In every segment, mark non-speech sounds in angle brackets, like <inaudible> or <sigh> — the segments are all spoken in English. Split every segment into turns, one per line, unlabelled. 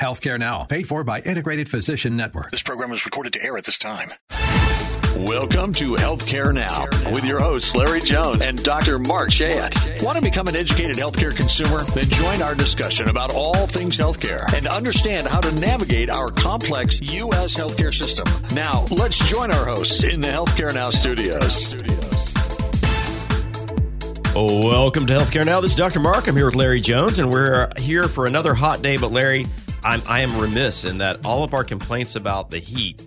Healthcare Now, paid for by Integrated Physician Network.
This program was recorded to air at this time.
Welcome to Healthcare Now with your hosts, Larry Jones and Dr. Mark Shayat. Want to become an educated healthcare consumer? Then join our discussion about all things healthcare and understand how to navigate our complex U.S. healthcare system. Now, let's join our hosts in the Healthcare Now studios.
Welcome to Healthcare Now. This is Dr. Mark. I'm here with Larry Jones, and we're here for another hot day. But, Larry, I'm, I am remiss in that all of our complaints about the heat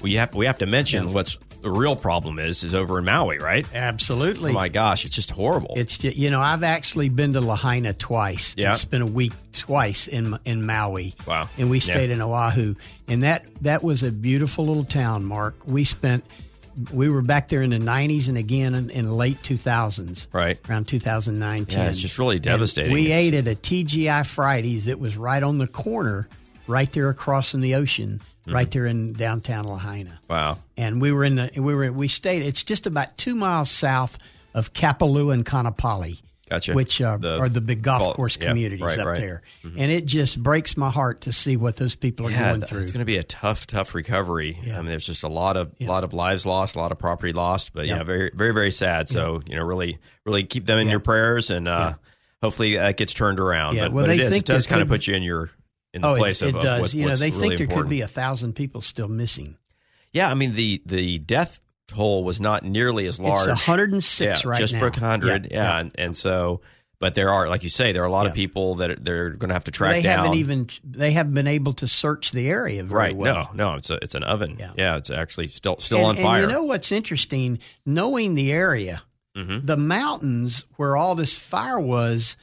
we have we have to mention yeah. what's the real problem is is over in Maui, right?
Absolutely.
Oh my gosh, it's just horrible.
It's just, you know I've actually been to Lahaina twice.
Yeah,
spent a week twice in in Maui.
Wow.
And we stayed yeah. in Oahu, and that that was a beautiful little town. Mark, we spent. We were back there in the 90s and again in, in late 2000s.
Right.
Around 2009, Yeah,
it's just really devastating.
And we
it's...
ate at a TGI Fridays that was right on the corner, right there across in the ocean right
Mm-hmm.
there in downtown Lahaina.
Wow!
And we were in the we were we stayed. It's just about two miles south of Kapalua and Kanapali.
Gotcha.
Which uh, the, are the big golf ball, course yeah, communities right, up right. there, mm-hmm. and it just breaks my heart to see what those people are
yeah,
going through.
It's going to be a tough, tough recovery. Yeah. I mean, there's just a lot of lot of lives lost, a lot of property lost, but yeah, very, very, very sad. So you know, really, really keep them in your prayers, and uh, hopefully that gets turned around.
Yeah.
But,
well,
but
they
it is.
Think
it does
it
kind
could,
of put you in your in the
oh,
place
it,
of
it does.
Of what,
you know, they
really
think there
important.
could be a thousand people still missing.
Yeah, I mean the the death toll was not nearly as large.
It's 106
yeah,
right
just
now.
broke 100.
Yeah,
Yeah, And, and so, but there are, like you say, there are a lot of
Yeah.
people that are- they're going to have to track
They
down.
haven't even they haven't been able to search the area very
right?
well.
No, no, it's a, it's an oven.
Yeah.
Yeah, it's actually still still on
and,
fire.
And you know what's interesting? Knowing the area,
Mm-hmm.
the mountains where all this fire was,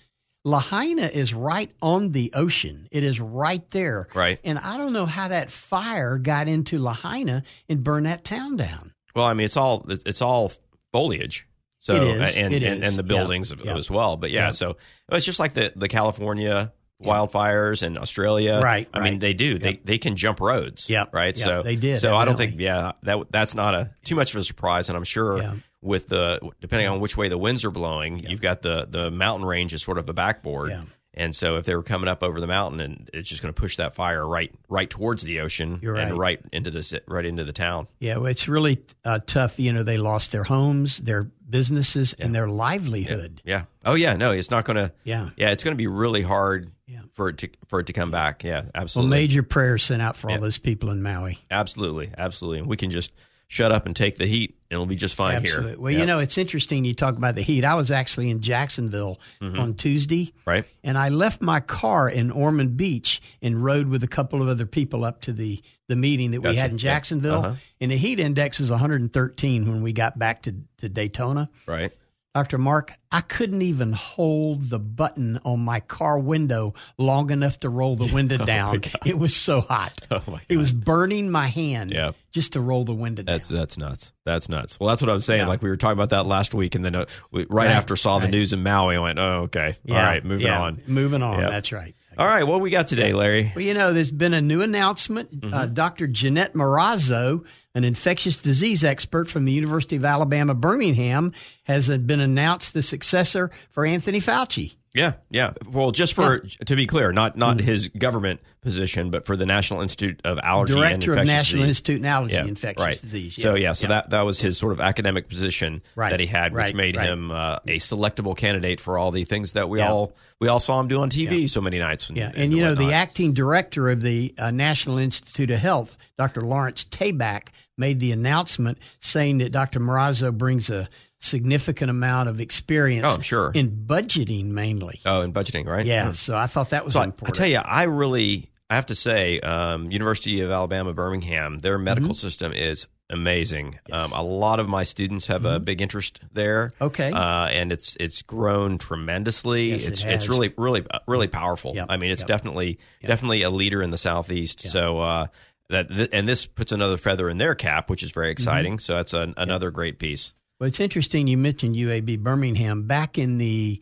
Lahaina is right on the ocean. It is right there.
Right.
And I don't know how that fire got into Lahaina and burned that town down.
well, I mean, it's all it's all foliage. So
It is,
and
it
and,
is.
and the
Yeah,
buildings
yeah.
as well. But yeah,
Yeah.
so it's just like the the California wildfires and Australia.
Right,
I mean,
right.
they do. They they can jump roads.
Yep,
Right.
yep,
so
they did,
So I don't think.
evidently.
Yeah. That that's not a too much of a surprise, and I'm sure.
Yeah.
With the depending on which way the winds are blowing, you've got the the mountain range is sort of a backboard,
Yeah.
and so if they were coming up over the mountain, and it's just going to push that fire right right towards the ocean
You're
and right
right.
into this right into the town.
Yeah, well, it's really uh, tough. You know, they lost their homes, their businesses, and their livelihood.
Yeah. Oh yeah. No, it's not going to.
Yeah.
Yeah, it's going to be really hard
Yeah.
for it to for it to come back. Yeah,
Well,
absolutely.
major prayers sent out for all
Yeah.
those people in Maui.
absolutely, absolutely. And we can just shut up and take the heat, and it'll be just fine
Absolutely.
here.
Well,
Yeah.
you know, it's interesting you talk about the heat. I was actually in Jacksonville
Mm-hmm.
on Tuesday,
right?
and I left my car in Ormond Beach and rode with a couple of other people up to the, the meeting that we
Gotcha.
had in
Yeah.
Jacksonville.
Uh-huh.
And the heat index was 113 when we got back to, to Daytona.
Right.
Dr. Mark, I couldn't even hold the button on my car window long enough to
<laughs>
roll the window down. It was so hot.
Oh my
It was burning my hand
Yeah.
just to roll the window down.
That's that's nuts. That's nuts. Well, that's what I'm saying. Like we were talking about that last week, and then uh, we, right,
Right,
after saw the
right.
news in Maui, I went, "Oh, okay, all right, moving
yeah,
on."
Moving on.
Yeah.
That's right.
All right, what we got today, Larry?
Well, you know, there's been a new announcement. Uh,
Mm-hmm.
Dr. Jeanette Morazzo, an infectious disease expert from the University of Alabama, Birmingham, has uh, been announced the successor for Anthony Fauci.
Yeah, yeah. Well, just for to be clear, not not
Mm-hmm.
his government position, but for the National Institute of Allergy and
Director
Infectious
of National
Disease.
Institute of Allergy and
Yeah,
Infectious
right.
Disease.
So yeah, so that that was his sort of academic position
Right,
that he had, which
right,
made
right.
him uh, a selectable candidate for all the things that we
Yeah.
all we all saw him do on TV so many nights. And,
Yeah, and, you know the
whatnot.
acting director of the uh, National Institute of Health, Dr. Lawrence Tabak, made the announcement saying that Dr. Morazzo brings a significant amount of experience.
Oh, I'm sure.
in budgeting mainly.
Oh, and budgeting, right?
yeah, so I thought that was
So I, I
important.
tell you, I really, I have to say, um, University of Alabama Birmingham, their medical
Mm-hmm.
system is amazing. Um, a lot of my students have
Mm-hmm.
a big interest there.
Okay.
uh, and it's it's grown tremendously.
Yes, it
it's
has.
it's really really uh, really powerful.
Yep.
I mean, it's
Yep.
definitely definitely a leader in the southeast. So. Uh, that th- and this puts another feather in their cap, which is
Mm-hmm.
very exciting. So that's an, another great piece.
well, it's interesting you mentioned UAB Birmingham. Back in the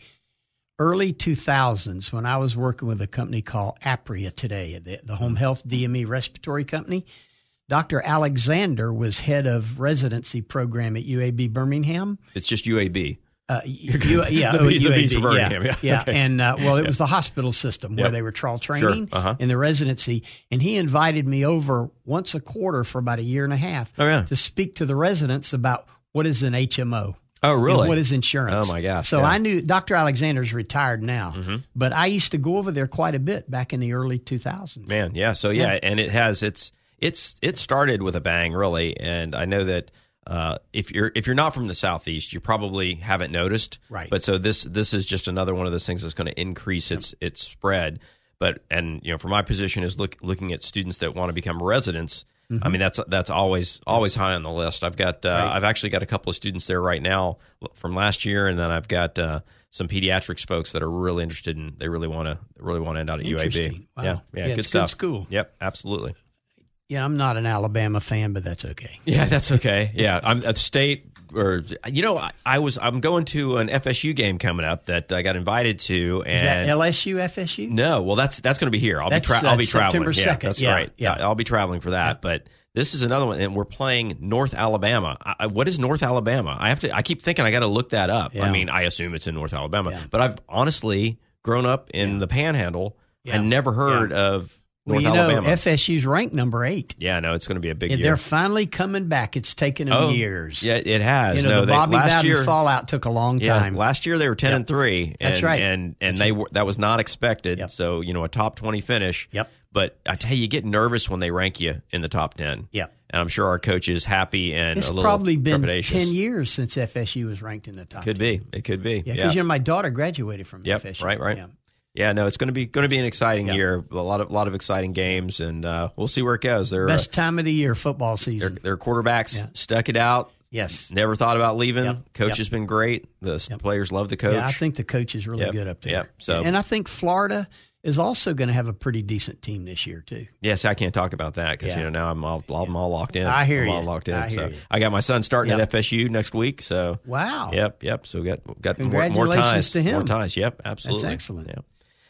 early 2000s, when I was working with a company called Apria today, the, the home health DME respiratory company, Dr. Alexander was head of residency program at UAB Birmingham.
It's just UAB.
Uh, U,
<laughs>
yeah,
The
oh,
bees- the
UAB,
bees for Birmingham, yeah. Okay.
And uh, well, it was the hospital system where
Yep.
they were trial training
Uh-huh.
in the residency, and he invited me over once a quarter for about a year and a half
Oh, yeah.
to speak to the residents about what is an HMO.
Oh,
and
really?
what is insurance?
Oh, my gosh,
So
yeah. Mm-hmm.
I knew Dr. Alexander's retired now, but I used to go over there quite a bit back in the early 2000s.
Man, yeah. So yeah, and it has it's it's it started with a bang, really. And I know that uh, if you're if you're not from the southeast, you probably haven't noticed,
Right.
But so this this is just another one of those things that's going to increase its its spread. But and you know, from my position is look looking at students that want to become residents. I mean, that's that's always always high on the list. I've got uh, I've actually got a couple of students there right now from last year, and then I've got uh, some pediatrics folks that are really interested in they really want to really want to end out at UAB.
Interesting. Wow.
Yeah, yeah,
Yeah,
good
it's good
stuff.
school.
Yep, absolutely.
Yeah, I'm not an Alabama fan, but that's okay.
Yeah, that's okay. Yeah, I'm at state or you know I, I was I'm going to an FSU game coming up that I got invited to and
Is that LSU, FSU?
no, well that's that's going to be here. I'll
That's,
be tra- I'll
uh,
be traveling.
September
yeah,
2nd.
that's
Yeah,
right.
yeah.
I'll be traveling for that. But this is another one, and we're playing North Alabama. I, I- what is North Alabama? I have to. I keep thinking I got to look that up. I
Yeah.
mean, I assume it's in North Alabama,
Yeah.
but I've honestly grown up in the Panhandle.
Yeah.
I never heard of
Well,
North
you know,
Alabama.
FSU's ranked number eight.
yeah, no, it's going to be a big
Yeah,
year.
They're finally coming back. It's taken them
Oh,
years.
Yeah, it has.
you know,
no,
the
they-
Bobby
last
Bowden
year,
fallout took a long time.
Yeah, last year they were ten and three. And,
That's right.
And and they were that was not expected.
Yep.
So you know a top twenty finish.
Yep.
But I tell you, you get nervous when they rank you in the top ten.
Yep.
And I'm sure our coach is happy and
it's
a little
probably been
trepidatious.
10 years since FSU was ranked in the top.
Could
10.
be. It could be.
Yeah, because you know, my daughter graduated from
Yep,
FSU.
right, right.
Yeah.
Yeah, no, it's going to be going to be an exciting
Yeah.
year. A lot of lot of exciting games, and uh, we'll see where it goes. Their uh,
Best time of the year, football
their,
season.
their quarterbacks
Yeah.
stuck it out.
Yes.
Never thought about leaving.
Yep.
Coach
Yep.
has been great. The s- players love the coach.
Yeah, I think the coach is really
Yep,
good up there.
yep, so-
And I think Florida is also going to have a pretty decent team this year, too.
Yeah, see, I can't talk about that because
Yeah.
you know now I'm all I'm all locked in.
I hear
I'm all
you.
locked in.
I hear
so
you.
I got my son starting
Yep.
at FSU next week. So
Wow.
yep, yep. So we got got more, more
Congratulations
ties
to him.
More ties. Yep, absolutely.
excellent.
Yeah.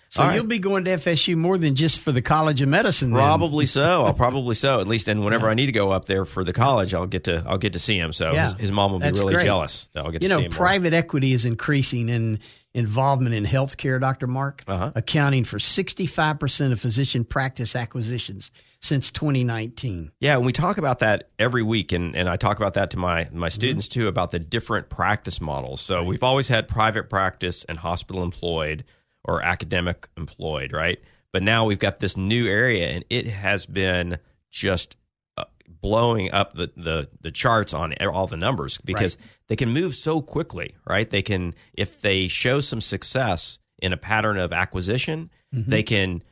So
All right.
you'll be going to FSU more than just for the College of Medicine. then.
Probably so. I'll probably so. At least, and whenever I need to go up there for the college, I'll get to I'll get to see him. So
Yeah.
his, his mom will be
That's
really
great.
jealous. that I'll get
you
to
know,
see him. more.
private equity is increasing in involvement in healthcare, Dr. Mark,
Uh-huh.
accounting for 65% of physician practice acquisitions since 2019.
Yeah, and we talk about that every week, and, and I talk about that to my my students too about the different practice models. So we've always had private practice and hospital employed or academic employed, right? But now we've got this new area, and it has been just uh, blowing up the, the the charts on e, all the numbers because they can move so quickly, right? They can if they show some success in a pattern of acquisition, they can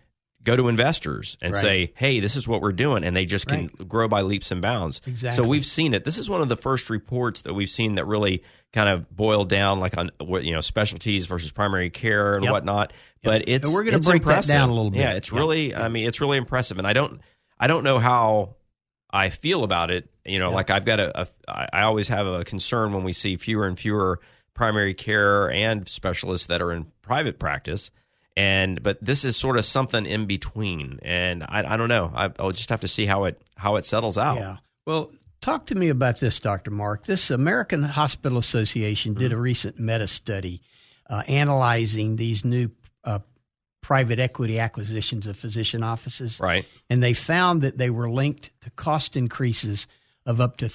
go to investors and
Right.
say, "Hey, this is what we're doing," and they just can grow by leaps and bounds.
Exactly.
So we've seen it. This is one of the first reports that we've seen that really kind of boiled down, like on what you know, specialties versus primary care and
Yep.
whatnot. But it's
And we're gonna
it's
break that
impressive.
down a little bit.
Yeah, it's
Yeah.
really. I mean, it's really impressive, and I don't. I don't know how I feel about it. You know, like I've got a, a I I always have a concern when we see fewer and fewer primary care and specialists that are in private practice. And but this is sort of something in between, and I, I don't know. I, I'll just have to see how it how it settles out.
Yeah. Well, talk to me about this, Dr. Mark. This American Hospital Association did a
Mm-hmm.
recent meta study uh, analyzing these new uh, private equity acquisitions of physician offices.
Right.
And they found that they were linked to cost increases of up to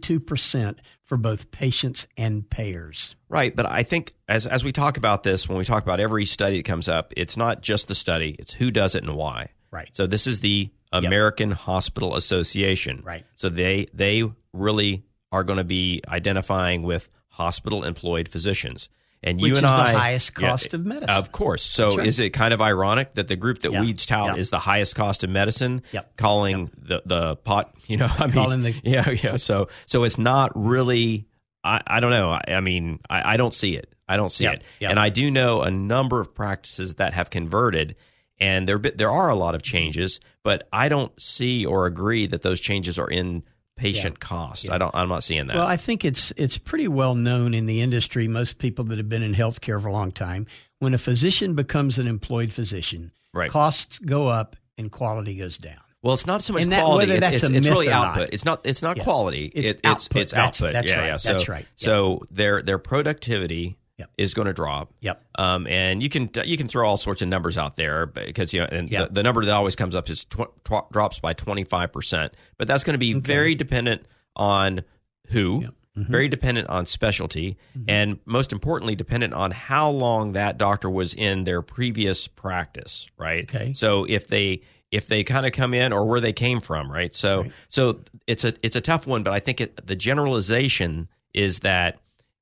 32% for both patients and payers.
Right, but I think as as we talk about this, when we talk about every study that comes up, it's not just the study; it's who does it and why.
Right.
So this is the American Hospital Association.
Right.
So they they really are going to be identifying with hospital employed physicians, and you
Which
and
is the
I
highest cost of medicine.
Of course. So
right.
is it kind of ironic that the group that
Yeah.
we tout
Yeah.
is the highest cost of medicine,
Yep.
calling the the pot? You know, I mean,
Calling the-
yeah, yeah. So so it's not really. I, I don't know. I, I mean, I, I don't see it. I don't see
Yeah,
it.
yeah.
And I do know a number of practices that have converted, and there bit- there are a lot of changes, but I don't see or agree that those changes are in patient cost. I don't. I'm not seeing that.
Well, I think it's it's pretty well known in the industry. Most people that have been in healthcare for a long time, when a physician becomes an employed physician,
Right.
costs go up and quality goes down.
Well, it's not so much
And that-
quality.
whether
It's-
that's
it's,
a
it's
myth
really
or not.
output. It's not. It's not
Yeah.
quality. it,
It's
it's
output.
it's
That's-
output.
that's
yeah,
right.
yeah. So,
That's right. Yeah.
So their their productivity
Yep.
is going to drop.
Yep.
Um, and you can you can throw all sorts of numbers out there because you know and
Yeah.
the, the number that always comes up is tw- tw- drops by twenty five percent, but that's going to be very dependent on who,
Mm-hmm.
very dependent on specialty, and most importantly, dependent on how long that doctor was in their previous practice, right?
Okay.
So if they if they kind of come in or where they came from, right? So so it's a it's a tough one, but I think it, the generalization is that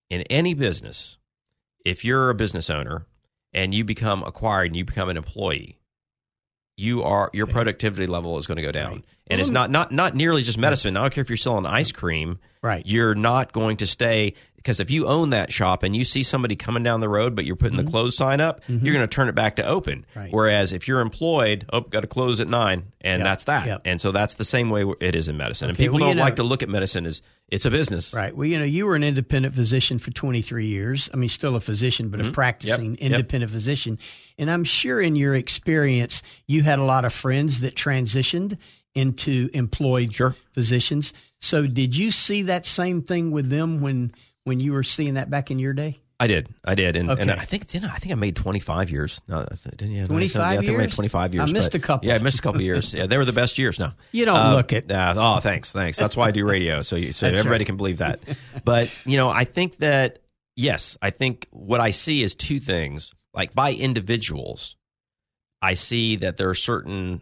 in any business if you're a business owner and you become acquired and you become an employee, you are your productivity level is going to go down.
Right.
And
Well,
it's
let me-
not not not nearly just medicine. I don't care if you're selling ice cream.
Right.
You're not going to stay because if you own that shop and you see somebody coming down the road but you're putting the close sign up, you're going to turn it back to open.
Mm-hmm. Right.
Whereas if you're employed, oh, got to close at 9 and
Yep.
that's that.
Yep.
And so that's the same way it is in medicine. and
Okay,
people
well, you
don't like
know-
to look at medicine as it's a business.
Right. Well, you know, you were an independent physician for 23 years. I mean, still a physician, but a practicing
Mm-hmm. Yep.
independent physician. And I'm sure in your experience, you had a lot of friends that transitioned into employed
Sure.
physicians. So did you see that same thing with them when when you were seeing that back in your day?
I did, I did, and, and
Okay.
I think didn't I, I think I made twenty five years. No, I th- didn't, yeah, no, I think-
25
yeah, I think I made
years?
twenty five years.
I missed
but-
a couple.
Yeah, I missed a couple years. Yeah, they were the best years. No,
You don't look it.
yeah, oh, thanks, thanks. That's why I do radio, so you, so
<laughs> That's
everybody
right.
can believe that. But you know, I think that yes, I think what I see is two things. Like by individuals, I see that there are certain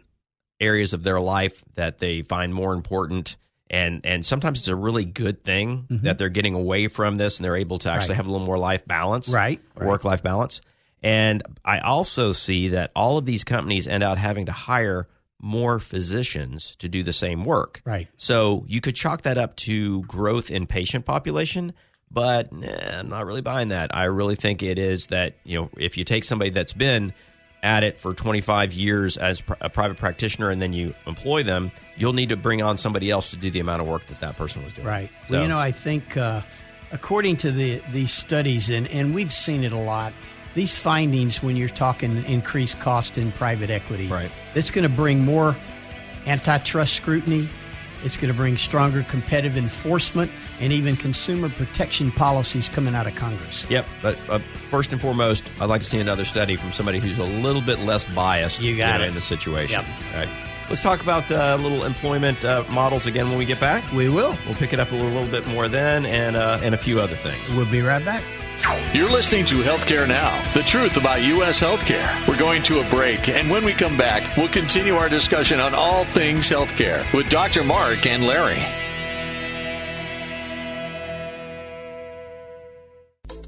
areas of their life that they find more important. And, and sometimes it's a really good thing that they're getting away from this and they're able to actually
Mm-hmm. Right.
have a little more life balance
Right, right.
work life balance. And I also see that all of these companies end out having to hire more physicians to do the same work.
Right.
So you could chalk that up to growth in patient population, but eh, I'm not really buying that. I really think it is that, you know, if you take somebody that's been at it for 25 years as pr- a private practitioner and then you employ them, you'll need to bring on somebody else to do the amount of work that that person was doing.
Right.
So-
Well, you know, I think uh, according to the these studies, and, and we've seen it a lot, these findings when you're talking increased cost in private equity,
Right.
it's going to bring more antitrust scrutiny. It's going to bring stronger competitive enforcement and even consumer protection policies coming out of Congress.
Yep, but uh, first and foremost, I'd like to see another study from somebody who's a little bit less biased
You got
know,
it.
in the situation.
Yep.
All right. Let's talk about uh, little employment uh, models again when we get back.
We will.
We'll pick it up a little, little bit more then and, uh, and a few other things.
We'll be right back.
You're listening to Healthcare Now, the truth about U.S. healthcare. We're going to a break, and when we come back, we'll continue our discussion on all things healthcare with Dr. Mark and Larry.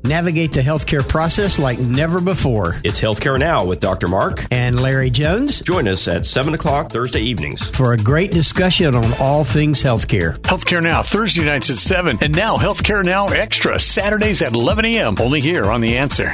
Navigate the healthcare process like never before.
It's Healthcare Now with Dr. Mark.
And Larry Jones
Join us at 7 o'clock Thursday evenings.
for a great discussion on all things healthcare.
Healthcare Now, Thursday nights at 7, and now Healthcare Now Extra, Saturdays at 11 a.m., only here on The Answer.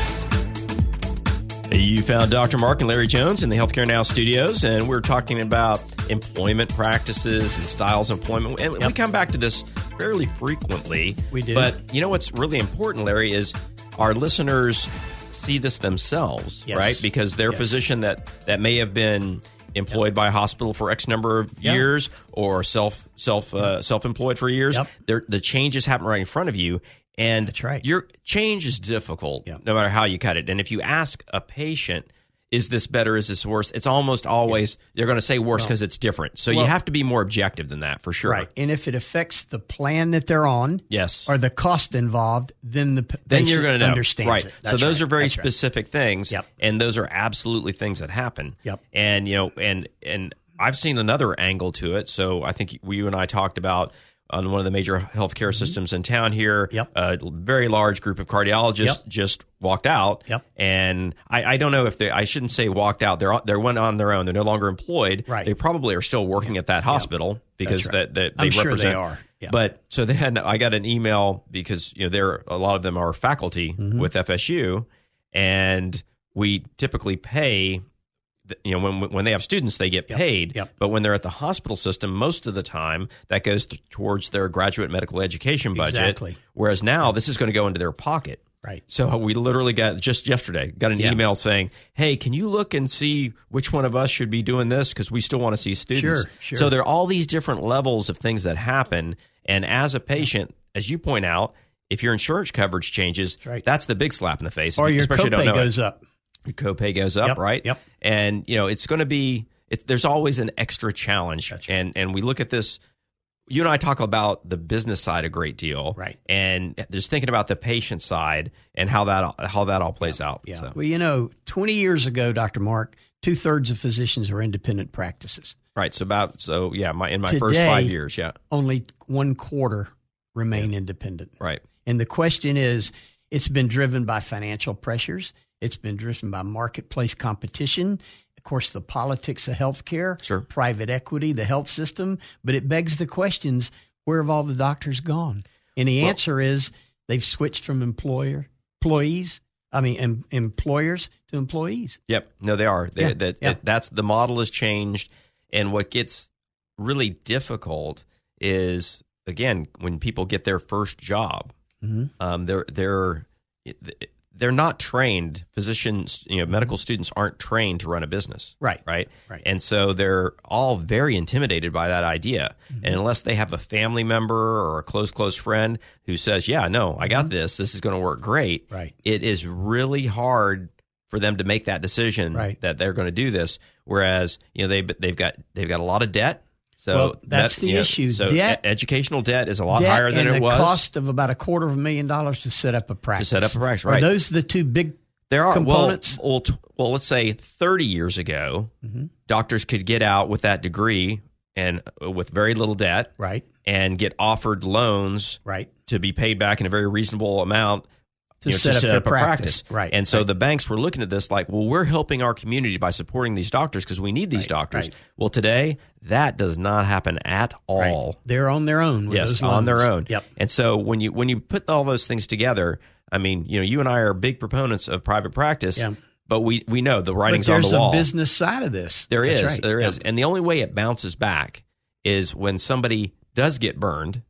You found Dr. Mark and Larry Jones in the Healthcare Now studios, and we're talking about employment practices and styles of employment. And we come back to this fairly frequently.
We do.
But you know what's really important, Larry, is our listeners see this themselves,
Yes.
right? Because their
Yes.
physician that, that may have been employed by a hospital for X number of
Yeah. Mm-hmm.
years or self self uh, self employed for years,
Yep.
they're- the changes happen right in front of you. And
That's right.
your change is difficult
Yeah.
no matter how you cut it. And if you ask a patient, is this better? Is this worse? It's almost always they're going to say worse because it's different. So you
Well-
have to be more objective than that for sure.
Right. And if it affects the plan that they're on
Yes.
or the cost involved, then the p-
then you're
patient
going to know.
understands
right.
it.
so
That's
those
right.
are very
That's right.
specific things,
Yep.
and those are absolutely things that happen.
Yep.
And you know, and and I've seen another angle to it. So I think we, you and I talked about on one of the major healthcare systems in town here.
Mm-hmm. Yep.
A very large group of cardiologists
Yep.
just walked out.
Yep.
And I, I don't know if they. I shouldn't say walked out. They're on- they went on their own. They're no longer employed.
Right.
They probably are still working at that hospital because
right.
that that they
I'm sure they
represent
are. Yeah.
But so then I got an email because you know there a lot of them are faculty
Mm-hmm.
with FSU, and we typically pay. th- You know, when when they have students, they get paid.
Yep.
But when they're at the hospital system, most of the time that goes th- towards their graduate medical education budget.
Exactly.
Whereas now this is going to go into their pocket.
Right.
So we literally got just yesterday got an
Yeah.
email saying, "Hey, can you look and see which one of us should be doing this because we still want to see students."
Sure, sure.
So there are all these different levels of things that happen, and as a patient, as you point out, if your insurance coverage changes, that's,
right.
the big slap in the face.
Or your
especially if you don't
copay
know it.
goes up.
Your copay goes up,
Yep,
right?
yep.
And you know it's going to be it's, there's always an extra challenge, and and we look at this. You and I talk about the business side a great deal,
Right.
And just thinking about the patient side and how that how that all plays out.
Yeah.
So,
Well, you know, 20 years ago, Dr. Mark, two thirds of physicians were independent practices.
right. So about so yeah. My in my first
Today-
five years, yeah.
Only one quarter remain independent.
Right.
And the question is it's been driven by financial pressures, it's been driven by marketplace competition. Of course, the politics of healthcare,
Sure.
private equity, the health system, but it begs the questions where have all the doctors gone? And the answer is they've switched from employer employees, I mean, em, employers to employees.
Yep. No, they are. They,
Yeah,
that,
yeah.
that- that's the model has changed, and what gets really difficult is again when people get their first job,
Mm-hmm.
um, they're they're they're not trained. Physicians, you know, medical students aren't trained to run a business.
Mm-hmm. Right.
Right.
Right.
And so they're all very intimidated by that idea.
Mm-hmm.
And unless they have a family member or a close close friend who says, "Yeah, no, I got this. This is going to work great."
Mm-hmm. Right.
it is really hard for them to make that decision
Right.
that they're going to do this. Whereas you know they they've got they've got a lot of debt. So
Well, that's the
you know,
issue.
So
Debt-
e- educational debt is a lot
Debt
higher than
and
it
the
was.
cost of about a quarter of a million dollars to set up a practice.
set up a practice,
Are
right.
those the two big
there are well,
components? Mm-hmm.
well, t- well, let's say thirty years ago, doctors could get out with that degree and uh, with very little debt,
Right,
and get offered loans
right.
to be paid back in a very reasonable amount
To
you know,
set up their
a
practice. Right,
And so the banks were looking at this like, well, we're helping our community by supporting these doctors because we need these doctors.
right.
Well, today that does not happen at all.
They're on their own. With
Yes,
those
on their
loans.
own.
Yep.
And so when you when you put all those things together, I mean, you know, you and I are big proponents of private practice,
Yeah.
but we we know the
But
writing's on
there's
the wall.
a business side of this.
There is,
That's right.
there
Yeah.
is, and the only way it bounces back is when somebody does get burned.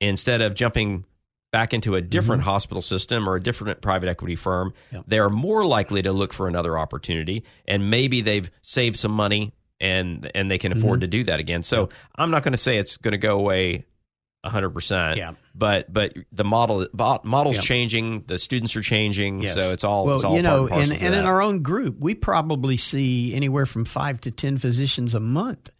Instead of jumping back into a different hospital system or a different private equity firm,
Mm-hmm. Yep.
they are more likely to look for another opportunity, and maybe they've saved some money and and they can afford
Mm-hmm.
to do that again. So I'm not going to say it's going to go away. 100%.
Yeah.
But but the model bo- model's
Yep.
changing, the students are changing,
Yes.
so it's all
well,
it's all
you
part
know,
and, parcel
and,
to
and in
that.
our own group, we probably see anywhere from five to ten physicians a month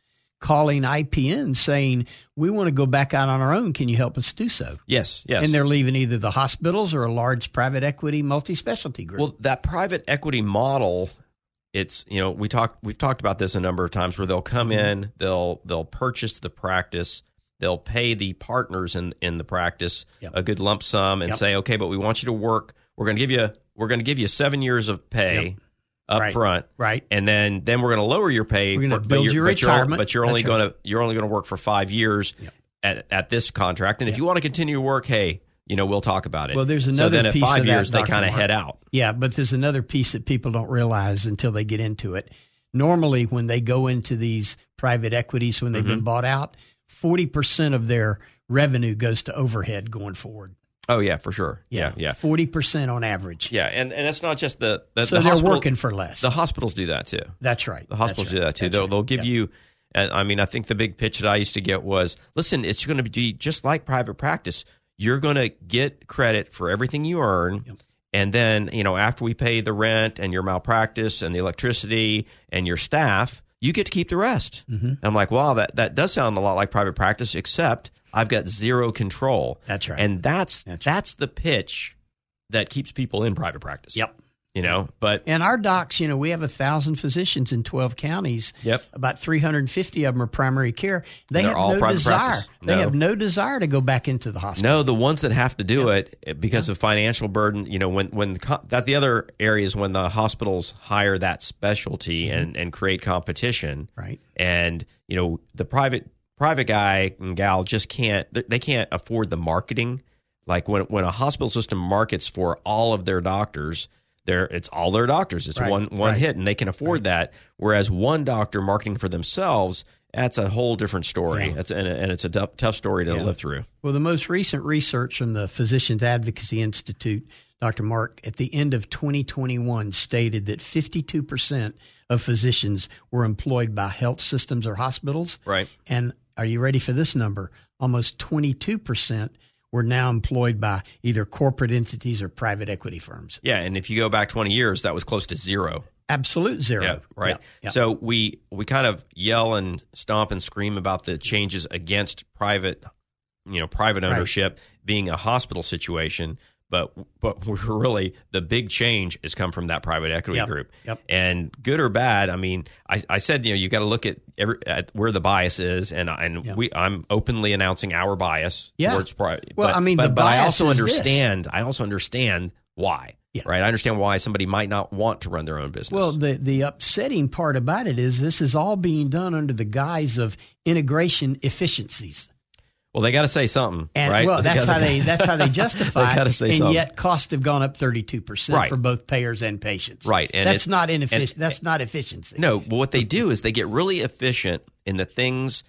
calling IPN saying we want to go back out on our own. Can you help us do so?
Yes, yes.
And they're leaving either the hospitals or a large private equity multi-specialty group.
Well, that private equity model, it's you know we talked we've talked about this a number of times where they'll come
Mm-hmm.
in, they'll they'll purchase the practice, they'll pay the partners in in the practice
Yep.
a good lump sum and
Yep.
say, okay, but we want you to work. We're going to give you we're going to give you seven years of pay
Yep.
up
Right.
front,
Right.
And then then we're going to lower your pay.
We're gonna
but
build
you're-
your
but you're,
retirement.
but you're only
That's right.
going to you're only going to work for five years. At, at this contract, and if you want to continue to work, hey, you know we'll talk about it.
Well, there's
so
another
then at
piece of
five
that,
years they
Dr.
kind of
Mark.
head out.
Yeah, but there's another piece that people don't realize until they get into it. Normally, when they go into these private equities, when they've
Mm-hmm.
been bought out, 40% of their revenue goes to overhead going forward.
Oh yeah, for sure. Yeah, yeah,
40% on average.
yeah. And and that's not just the, the
so
the
they're
hospital-
working for less.
The hospitals do that too.
That's right.
The hospitals do that too. They'll they'll give you. And I mean, I think the big pitch that I used to get was, listen, it's going to be just like private practice. You're going to get credit for everything you earn. And then, you know, after we pay the rent and your malpractice and the electricity and your staff, you get to keep the rest.
Mm-hmm.
And I'm like, wow, that, that does sound a lot like private practice, except I've got zero control.
That's right.
And that's
That's
that's, the pitch that keeps people in private practice.
Yep.
You know, but
And our docs, you know, we have a thousand physicians in 12 counties.
Yep.
About 350 of them are primary care. They
They're
have
all
no
private
desire.
practice.
They
No.
have no desire to go back into the hospital.
No, the ones that have to do it eh, because of financial burden. You know, when when the co- that the other area is when the hospitals hire that specialty and and create competition,
Mm-hmm. Right.
And you know, the private private guy and gal just can't they- they can't afford the marketing like when when a hospital system markets for all of their doctors there it's all their doctors it's
Right,
one one
right.
hit and they can afford that whereas one doctor marketing for themselves that's a whole different story
Yeah.
it's and, and it's a du- tough story to live through
Well, the most recent research from the Physicians Advocacy Institute, Dr. Mark, at the end of 2021 stated that 52% of physicians were employed by health systems or hospitals.
Right.
And are you ready for this number? Almost 22% were now employed by either corporate entities or private equity firms.
yeah and if you go back 20 years that was close to zero
Absolute zero.
Yeah, right.
Yeah, yeah.
So we we kind of yell and stomp and scream about the changes against private, you know, private ownership being a hospital situation, but but <laughs> we're really the big change has come from that private equity
Yep,
group.
yep.
And good or bad, I mean, I, I said you know you got to look at every at where the bias is, and and
Yeah.
we I'm openly announcing our bias.
Yeah.
Towards pri-
Well,
but-
I mean,
but,
the
but I
bias
also
is this.
understand. I also understand why.
Yeah.
Right. I understand why somebody might not want to run their own business.
Well, the, the upsetting part about it is this is all being done under the guise of integration efficiencies.
Well, they got to say something,
And
right?
well, that's
gotta-
how they that's how they justify.
They gotta
it.
say
and
something.
yet costs have gone up thirty two percent
Right.
for both payers and patients.
Right, and
that's
it-
not inefficient. That's not efficiency.
<laughs> no. But what they do is they get really efficient in the things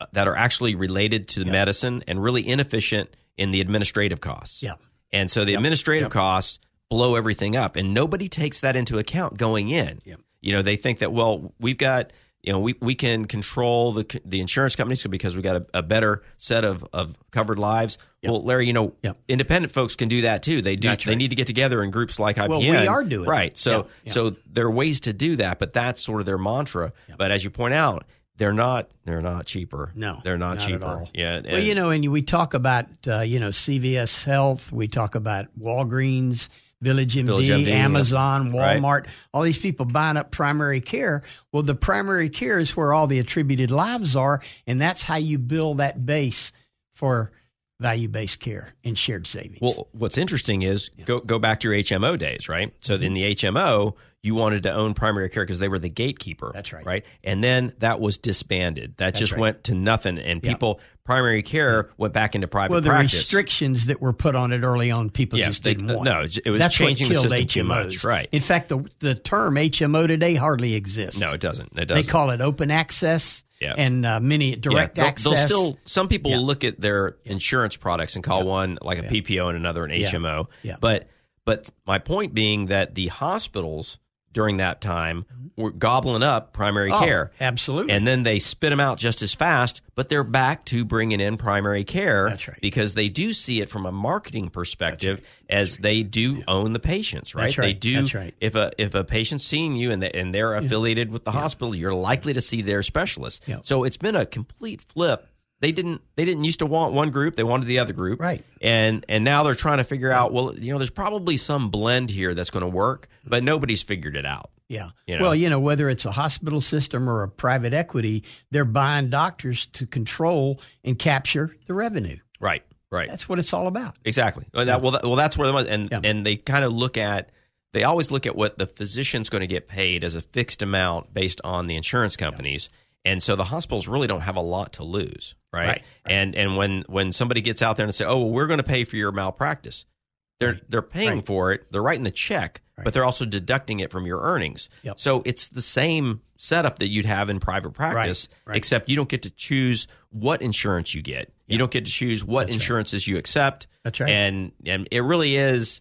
uh, that are actually related to the medicine, and really inefficient in the administrative costs.
Yeah.
And so the administrative costs blow everything up, and nobody takes that into account going in.
Yep.
You know, they think that well, we've got you know we, we can control the c- the insurance companies because we got a, a better set of, of covered lives. Well, Larry, you know,
Yep.
independent folks can do that too. They do.
That's
They
right.
need to get together in groups like IPN.
Well, we are doing it.
right. So
Yeah, yeah.
so there are ways to do that, but that's sort of their mantra. But as you point out. They're not. They're not cheaper.
No,
they're not,
not at
cheaper.
all.
Yeah.
Well,
and-
you know, and we talk about uh, you know CVS Health. We talk about Walgreens, Village MD,
Village MD, yeah.
Amazon,
Right.
Walmart. All these people buying up primary care. Well, the primary care is where all the attributed lives are, and that's how you build that base for value based care and shared savings.
Well, what's interesting is go go back to your HMO days, right? So
Mm-hmm.
in the HMO, you wanted to own primary care because they were the gatekeeper.
That's right.
Right, and then that was disbanded. That just went to nothing, and people primary care went back into private
well, the
practice.
restrictions that were put on it early on, people
Yeah,
just
they- uh,
didn't want.
no, it was
That's
changing the
what killed
system
HMOs.
too much, right.
In fact, the the term HMO today hardly exists.
no, it doesn't. It
they
doesn't.
call it open access
Yeah.
and uh, many
Yeah,
direct
they'll-
access.
they'll still some people look at their insurance products and call one like a PPO and another an HMO.
Yeah.
But but my point being that the hospitals during that time were gobbling up primary
Mm-hmm. Oh,
care.
absolutely.
And then they spit them out just as fast, but they're back to bringing in primary care
That's right.
because they do see it from a marketing perspective as they do own the patients, right?
That's
They
right.
do
That's right.
if a if a patient's seeing you and they, and they're affiliated with the hospital, you're likely to see their specialist.
Yeah.
So it's been a complete flip. They didn't they didn't used to want one group, they wanted the other group.
Right.
And and now they're trying to figure out, well, you know, there's probably some blend here that's going to work, but nobody's figured it out.
yeah.
you know.
Well, you know, whether it's a hospital system or a private equity, they're buying doctors to control and capture the revenue.
Right. Right.
That's what it's all about.
Exactly. Well, that, well, that, well, that's where the money and
Yeah.
and they kind of look at they always look at what the physician's going to get paid as a fixed amount based on the insurance companies, and so the hospitals really don't have a lot to lose, right?
Right.
And and when when somebody gets out there and say, oh, well, we're going to pay for your malpractice, they're they're paying
Right.
for it, they're writing the check, but they're also deducting it from your earnings.
Yep.
So it's the same setup that you'd have in private practice,
right.
except you don't get to choose what insurance you get. You don't get to choose what insurances you accept.
That's right.
And and it really is.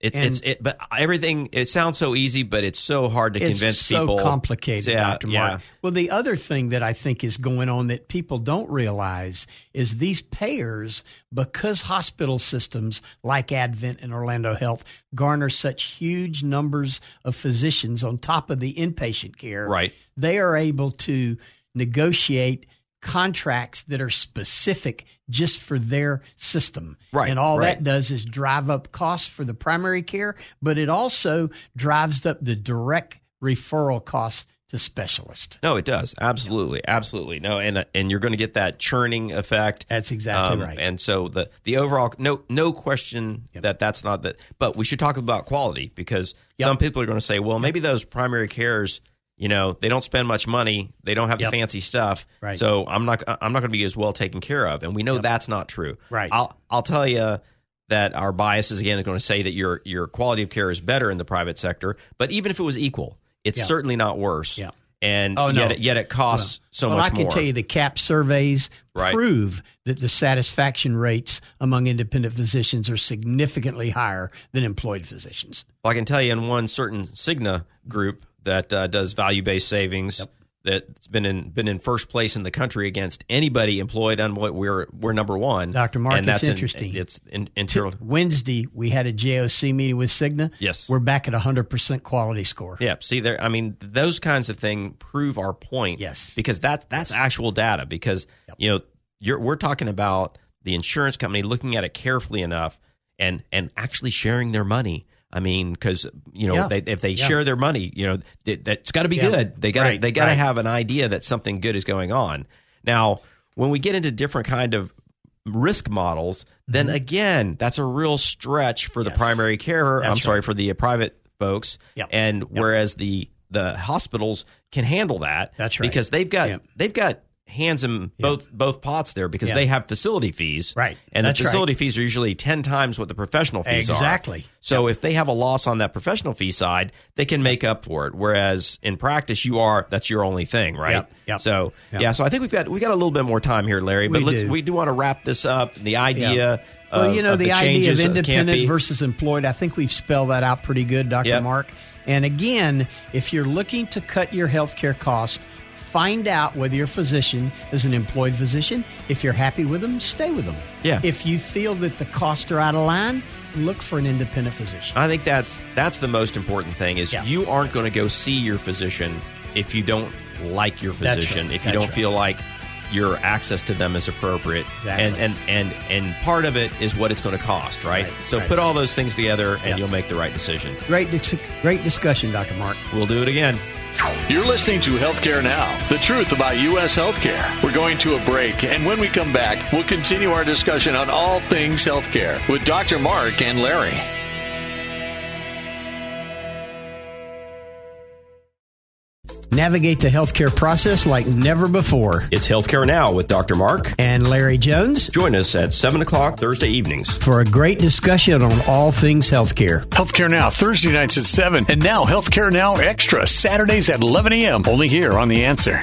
It,
And-
it's it, but everything. It sounds so easy, but it's so hard to
It's
convince
so
people.
complicated,
Yeah,
Dr.
yeah.
Mark. Well, the other thing that I think is going on that people don't realize is these payers, because hospital systems like Advent and Orlando Health garner such huge numbers of physicians on top of the inpatient care,
Right.
they are able to negotiate contracts that are specific just for their system.
Right,
And all
right.
that does is drive up costs for the primary care, but it also drives up the direct referral costs to specialists.
No, it does absolutely, absolutely. No, and and you're going to get that churning effect.
That's exactly right.
Um, And so the the overall no no question that that's not that. But we should talk about quality because some people are going to say, well, maybe those primary cares you know they don't spend much money they don't have
Yep.
the fancy stuff
Right.
so i'm not i'm not going to be as well taken care of and we know that's not true
Right.
i'll i'll tell you that our biases again is going to say that your your quality of care is better in the private sector but even if it was equal it's
Yeah.
certainly not worse
Yeah.
and
Oh, no.
yet, it- yet it costs so
well,
much
I can
more
tell you the CAP surveys
Right.
prove that the satisfaction rates among independent physicians are significantly higher than employed physicians.
Well, I can tell you in one certain Cigna group that uh, does value based savings that's been in been in first place in the country against anybody employed unemployed. We're we're number one,
Dr. Mark,
and that's
it's
in-
interesting.
it's in, internal.
Wednesday, we had a JOC meeting with Cigna.
Yes.
We're back at 100% quality score.
Yeah, see there. I mean, those kinds of things prove our point.
Yes.
because that that's actual data. Because you know, you're, we're talking about the insurance company looking at it carefully enough and and actually sharing their money. I mean, because you know,
Yeah.
they, if they share their money, you know, that, that's got to be
Yeah.
good. They got to
Right,
they got to
right.
have an idea that something good is going on. Now, when we get into different kind of risk models, then
Mm-hmm.
again, that's a real stretch for the primary carer. I'm sorry for the uh, private folks.
Yep.
And whereas the the hospitals can handle that,
That's right.
because they've got
Yep.
they've got hands in both both pots there because
Yeah.
they have facility fees,
Right.
And
That's
the
right.
facility fees are usually ten times what the professional fees are.
Exactly.
So if they have a loss on that professional fee side, they can make up for it. Whereas in practice, you are that's your only thing, right?
Yep, yep.
So yeah, so I think we've got we got a little bit more time here, Larry. But
We
let's
do.
we do want to wrap this up. The idea.
Well,
of-
you know,
of
the,
the,
idea of
changes that can't
independent
be-
versus employed, I think we've spelled that out pretty good, Dr.
Yep.
Mark. And again, if you're looking to cut your health care cost, find out whether your physician is an employed physician. If you're happy with them, stay with them.
Yeah.
If you feel that the costs are out of line, look for an independent physician.
I think that's that's the most important thing is
Yeah.
you aren't going to go see your physician if you don't like your
That's right.
physician, if you
That's
don't
right.
feel like your access to them is appropriate.
Exactly.
And and and and part of it is what it's going to cost, right?
Right,
so
right.
put all those things together and
Yeah.
you'll make the right decision.
Great, dis- great discussion, Dr. Mark.
We'll do it again.
You're listening to Healthcare Now, the truth about U.S. healthcare. We're going to a break, and when we come back, we'll continue our discussion on all things healthcare with Dr. Mark and Larry.
Navigate the healthcare process like never before.
It's Healthcare Now with Dr. Mark.
And Larry Jones
Join us at seven o'clock Thursday evenings.
for a great discussion on all things healthcare.
Healthcare Now, Thursday nights at 7, and now Healthcare Now Extra, Saturdays at 11 a.m., only here on The Answer.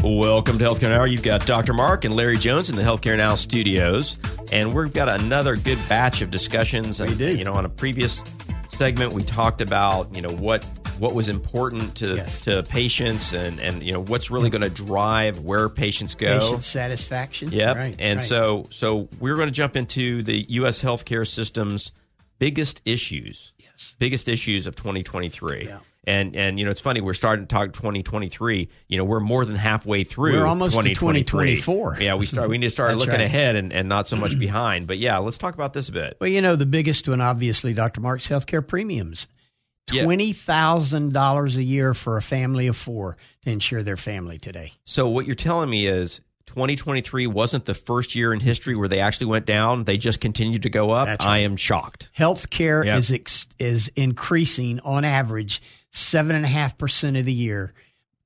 Welcome to Healthcare Now. You've got Dr. Mark and Larry Jones in the Healthcare Now studios, and we've got another good batch of discussions. We
do.
You know, on a previous segment, we talked about you know what what was important to
Yes.
to patients, and and you know what's really going to drive where patients go.
Patient satisfaction.
Yep.
Right,
and
right.
so so we're going to jump into the U.S. healthcare system's biggest issues. Yes. Biggest issues of 2023.
Yeah.
And and you know it's funny we're starting to talk 2023. You know we're more than halfway through.
We're almost to
2023.
2024.
Yeah, we start. We need to start
<laughs> That's
looking
right.
ahead and, and not so much behind. But yeah, let's talk about this a bit.
Well, you know, the biggest one, obviously, Dr. Mark's healthcare premiums.
Yeah.
$20,000 a year for a family of four to insure their family today.
So what you're telling me is 2023 wasn't the first year in history where they actually went down. They just continued to go up.
That's
I am shocked.
Healthcare
Yeah.
is ex- is increasing on average 7.5% of the year,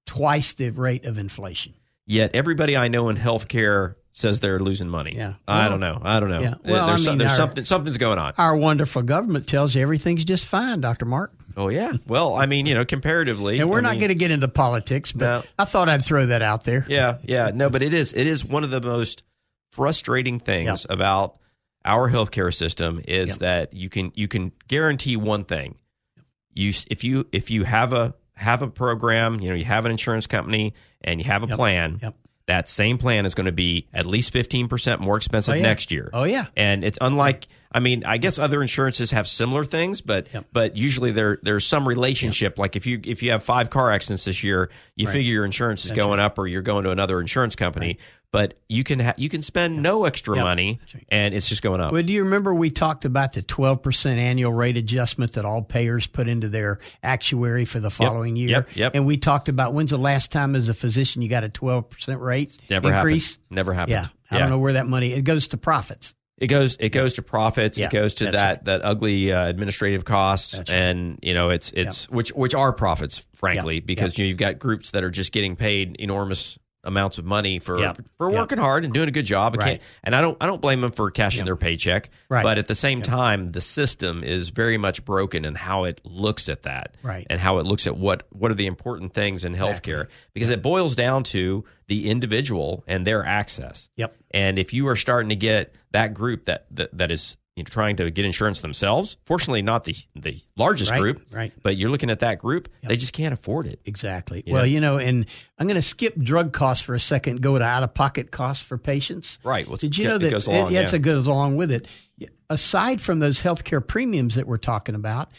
twice the rate of inflation.
yet everybody I know in healthcare says they're losing money.
Yeah.
I
Well-
don't know. I don't know.
Yeah.
There-
Well,
there's
I
some-
mean,
there's
our-
something something's going on.
Our wonderful government tells you everything's just fine, Dr. Mark.
oh yeah. Well, I mean, you know, comparatively,
And we're
I
not
mean,
going to get into politics, but
No.
I thought I'd throw that out <laughs> there.
Yeah, yeah. No, but it is it is one of the most frustrating things about our healthcare system is
Yeah.
that you can you can guarantee one thing. You s- if you if you have a have a program, you know, you have an insurance company and you have a
Yep.
plan.
Yep.
That same plan is going to be at least 15% more expensive
Oh, yeah.
next year.
Oh, yeah.
and it's unlike i mean i guess other insurances have similar things but
Yep.
but usually there there's some relationship like if you if you have five car accidents this year you
Right.
figure your insurance is going up or you're going to another insurance company But you can ha- you can spend no extra
Yeah.
money,
That's right.
and it's just going up.
Well, do you remember we talked about the 12% annual rate adjustment that all payers put into their actuary for the following year?
yep, yep.
And we talked about when's the last time as a physician you got a 12% rate
Never
increase?
happened. Never happened.
Yeah. I don't know where that money it goes to profits.
It goes it goes to profits.
Yeah,
it goes to
that's
that
right.
that ugly uh, administrative costs,
That's right.
and you know it's it's which which are profits, frankly,
Yeah,
because You know, you've got groups that are just getting paid enormous amounts of money for
Yeah,
for
yeah.
working hard and doing a good job. I
Right.
can't- and I don't I don't blame them for cashing their paycheck,
Right.
but at the same time, the system is very much broken in how it looks at that,
Right.
and how it looks at what what are the important things in healthcare, because it boils down to the individual and their access.
Yep.
And if you are starting to get that group that that, that is you know, trying to get insurance themselves, fortunately not the the largest
Right,
group,
right.
But you're looking at that group; they just can't afford it.
Exactly. Well, you know, and I'm going to skip drug costs for a second, go to out of pocket costs for patients.
Right. Well, it's-
Did you
yeah,
know
it
that?
goes along,
yeah, it's
yeah.
a goes along with it. Aside from those healthcare premiums that we're talking about,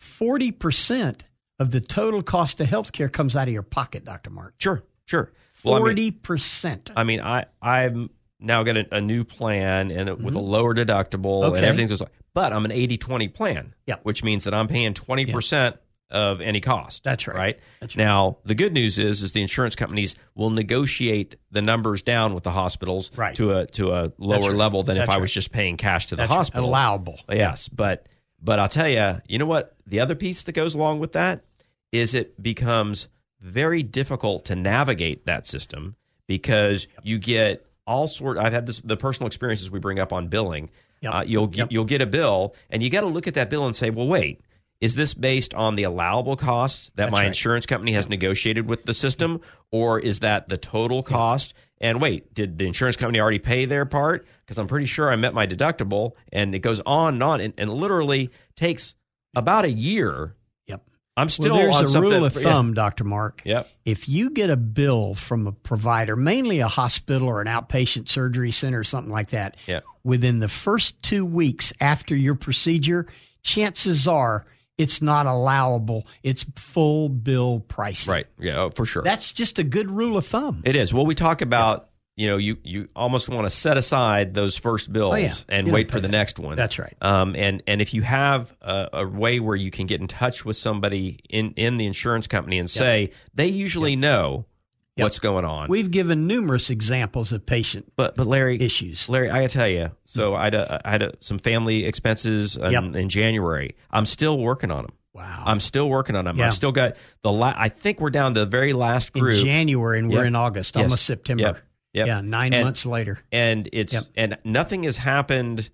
40% of the total cost of healthcare comes out of your pocket, Dr. Mark.
Sure, sure. Well, I mean-
40%.
I mean, I I'm now got a, a new plan and it, with a lower deductible and
Mm-hmm. Okay.
everything's just like, but I'm an 80-20 plan,
Yeah.
which means that I'm paying 20% of any cost.
That's right.
Right?
That's right.
Now, the good news is is the insurance companies will negotiate the numbers down with the hospitals
Right.
to a to a lower
right.
level than if
That's
I
right.
was just paying cash to the
That's
hospital.
allowable.
Yes, but but I'll tell you, you know what? The other piece that goes along with that is it becomes very difficult to navigate that system because you get all sort. I've had this the personal experiences we bring up on billing.
Yep.
Uh, you'll you'll get a bill, and you got to look at that bill and say, well, wait. Is this based on the allowable cost that my
right.
insurance company has negotiated with the system, or is that the total cost? And wait, did the insurance company already pay their part? Because I'm pretty sure I met my deductible, and it goes on and on, and, and literally takes about a year.
Yep.
I'm still
well,
on
there's a
something.
rule of
yeah.
thumb, Dr. Mark.
Yep.
If you get a bill from a provider, mainly a hospital or an outpatient surgery center or something like that,
Yep.
within the first two weeks after your procedure, chances are it's not allowable. It's full bill pricing.
Right. Yeah. Oh, for sure.
That's just a good rule of thumb.
It is. Well, we talk about you know you you almost want to set aside those first bills
Oh, yeah.
and
You don't
wait
pay
for the
that.
next one.
That's right.
Um, and and if you have a, a way where you can get in touch with somebody in in the insurance company and say they usually know
Yep.
what's going on.
We've given numerous examples of patient
but but Larry
issues.
Larry, I gotta tell you. So I had a, I had a, some family expenses in,
Yep.
in January. I'm still working on them.
Wow.
I'm still working on them.
Yeah.
I've still got the la- I think we're down to the very last
in
group.
January and we're
Yep.
in August,
Yes.
almost September.
Yep. Yep.
Yeah, nine
And-
months later.
and it's
Yep.
and nothing has happened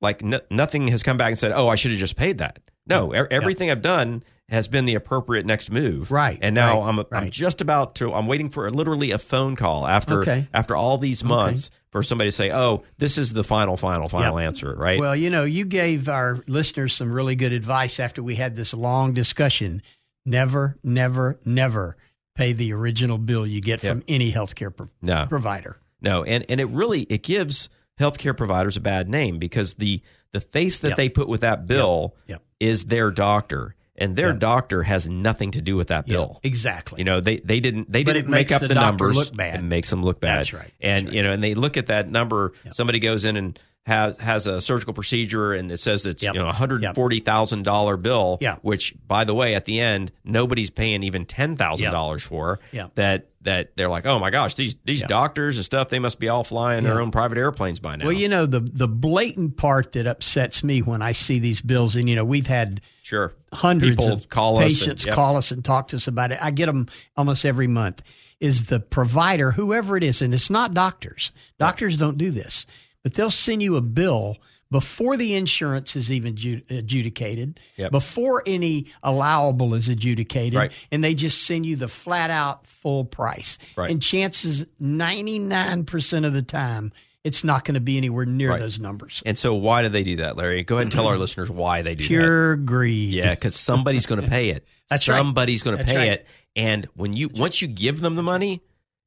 like no, nothing has come back and said oh i should have just paid that no e- everything i've done has been the appropriate next move
Right,
and now
right,
i'm i'm
right.
just about to i'm waiting for literally a phone call after
Okay.
after all these months for somebody to say oh this is the final final final answer right
Well, you know, you gave our listeners some really good advice after we had this long discussion. Never, never, never pay the original bill you get from any healthcare pro-
No.
provider.
No, and and it really it gives healthcare providers a bad name because the the face that
Yep.
they put with that bill
Yep.
is their doctor, and their doctor has nothing to do with that bill.
Exactly.
You know, they they didn't they
But
didn't
it
make
makes
up
the
the
doctor
numbers.
look bad.
It makes them look bad.
That's right.
And you know, and they look at that number. Somebody goes in and has has a surgical procedure, and it says it's
Yep.
you know a hundred and forty thousand dollar bill.
Yeah.
Which, by the way, at the end, nobody's paying even ten thousand dollars for.
Yeah.
That that they're like, oh my gosh, these these doctors and stuff, they must be all flying their own private airplanes by now.
Well, you know, the, the blatant part that upsets me when I see these bills, and, you know, we've had
sure.
hundreds
People
of
call us and-
patients
yep.
call us and talk to us about it. I get them almost every month. Is the provider, whoever it is, and it's not doctors. Doctors don't do this, but they'll send you a bill before the insurance is even ju- adjudicated,
Yep.
before any allowable is adjudicated,
Right.
and they just send you the flat out full price.
Right.
And chances 99% of the time, it's not going to be anywhere near those numbers.
And so, why do they do that, Larry? Go ahead and tell
<clears throat>
our listeners why they do that.
Pure greed.
Yeah, because somebody's going to pay it.
<laughs> That's right.
somebody's going to
That's
pay
right.
it. And when you once you give them the money,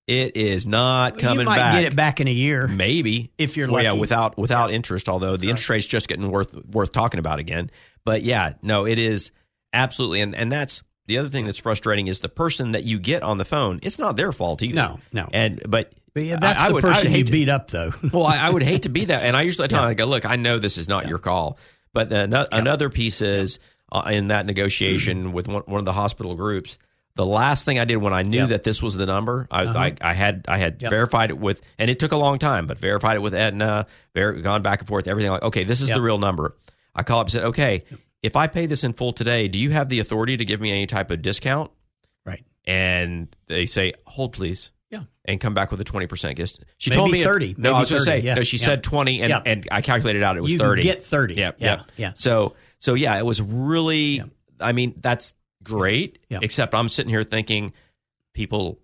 it is not
You
coming
might
back.
get it back in a year.
Maybe
If you're
well, yeah,
lucky.
without without interest. Although the interest rate's just getting worth worth talking about again. But yeah, no, it is absolutely. And and that's the other thing that's frustrating is the person that you get on the phone. It's not their fault either.
No, no.
And but
But yeah, that's
I
the
would- I would
person you
hate to-
beat up, though.
<laughs> well, I, I would hate to be that. And I usually tell them, I go, look, I know this is not your call. But the, ano- another piece is uh, in that negotiation with one, one of the hospital groups. The last thing I did when I knew that this was the number, I, I, I had I had verified it with, and it took a long time, but verified it with Aetna, ver- gone back and forth, everything like, okay, this is the real number. I call up and said, okay, if I pay this in full today, do you have the authority to give me any type of discount?
right.
and they say, "Hold, please."
Yeah.
And come back with a twenty percent gift. She
Maybe
told me
30,
No,
maybe
I was going to
30,
say
yeah,
no. She
yeah.
said twenty, and,
Yeah.
and I calculated out it was
You can
thirty.
get 30,
Yep,
yeah,
yep.
yeah.
So so yeah, it was really. I mean, that's great.
Yeah.
Except I'm sitting here thinking, people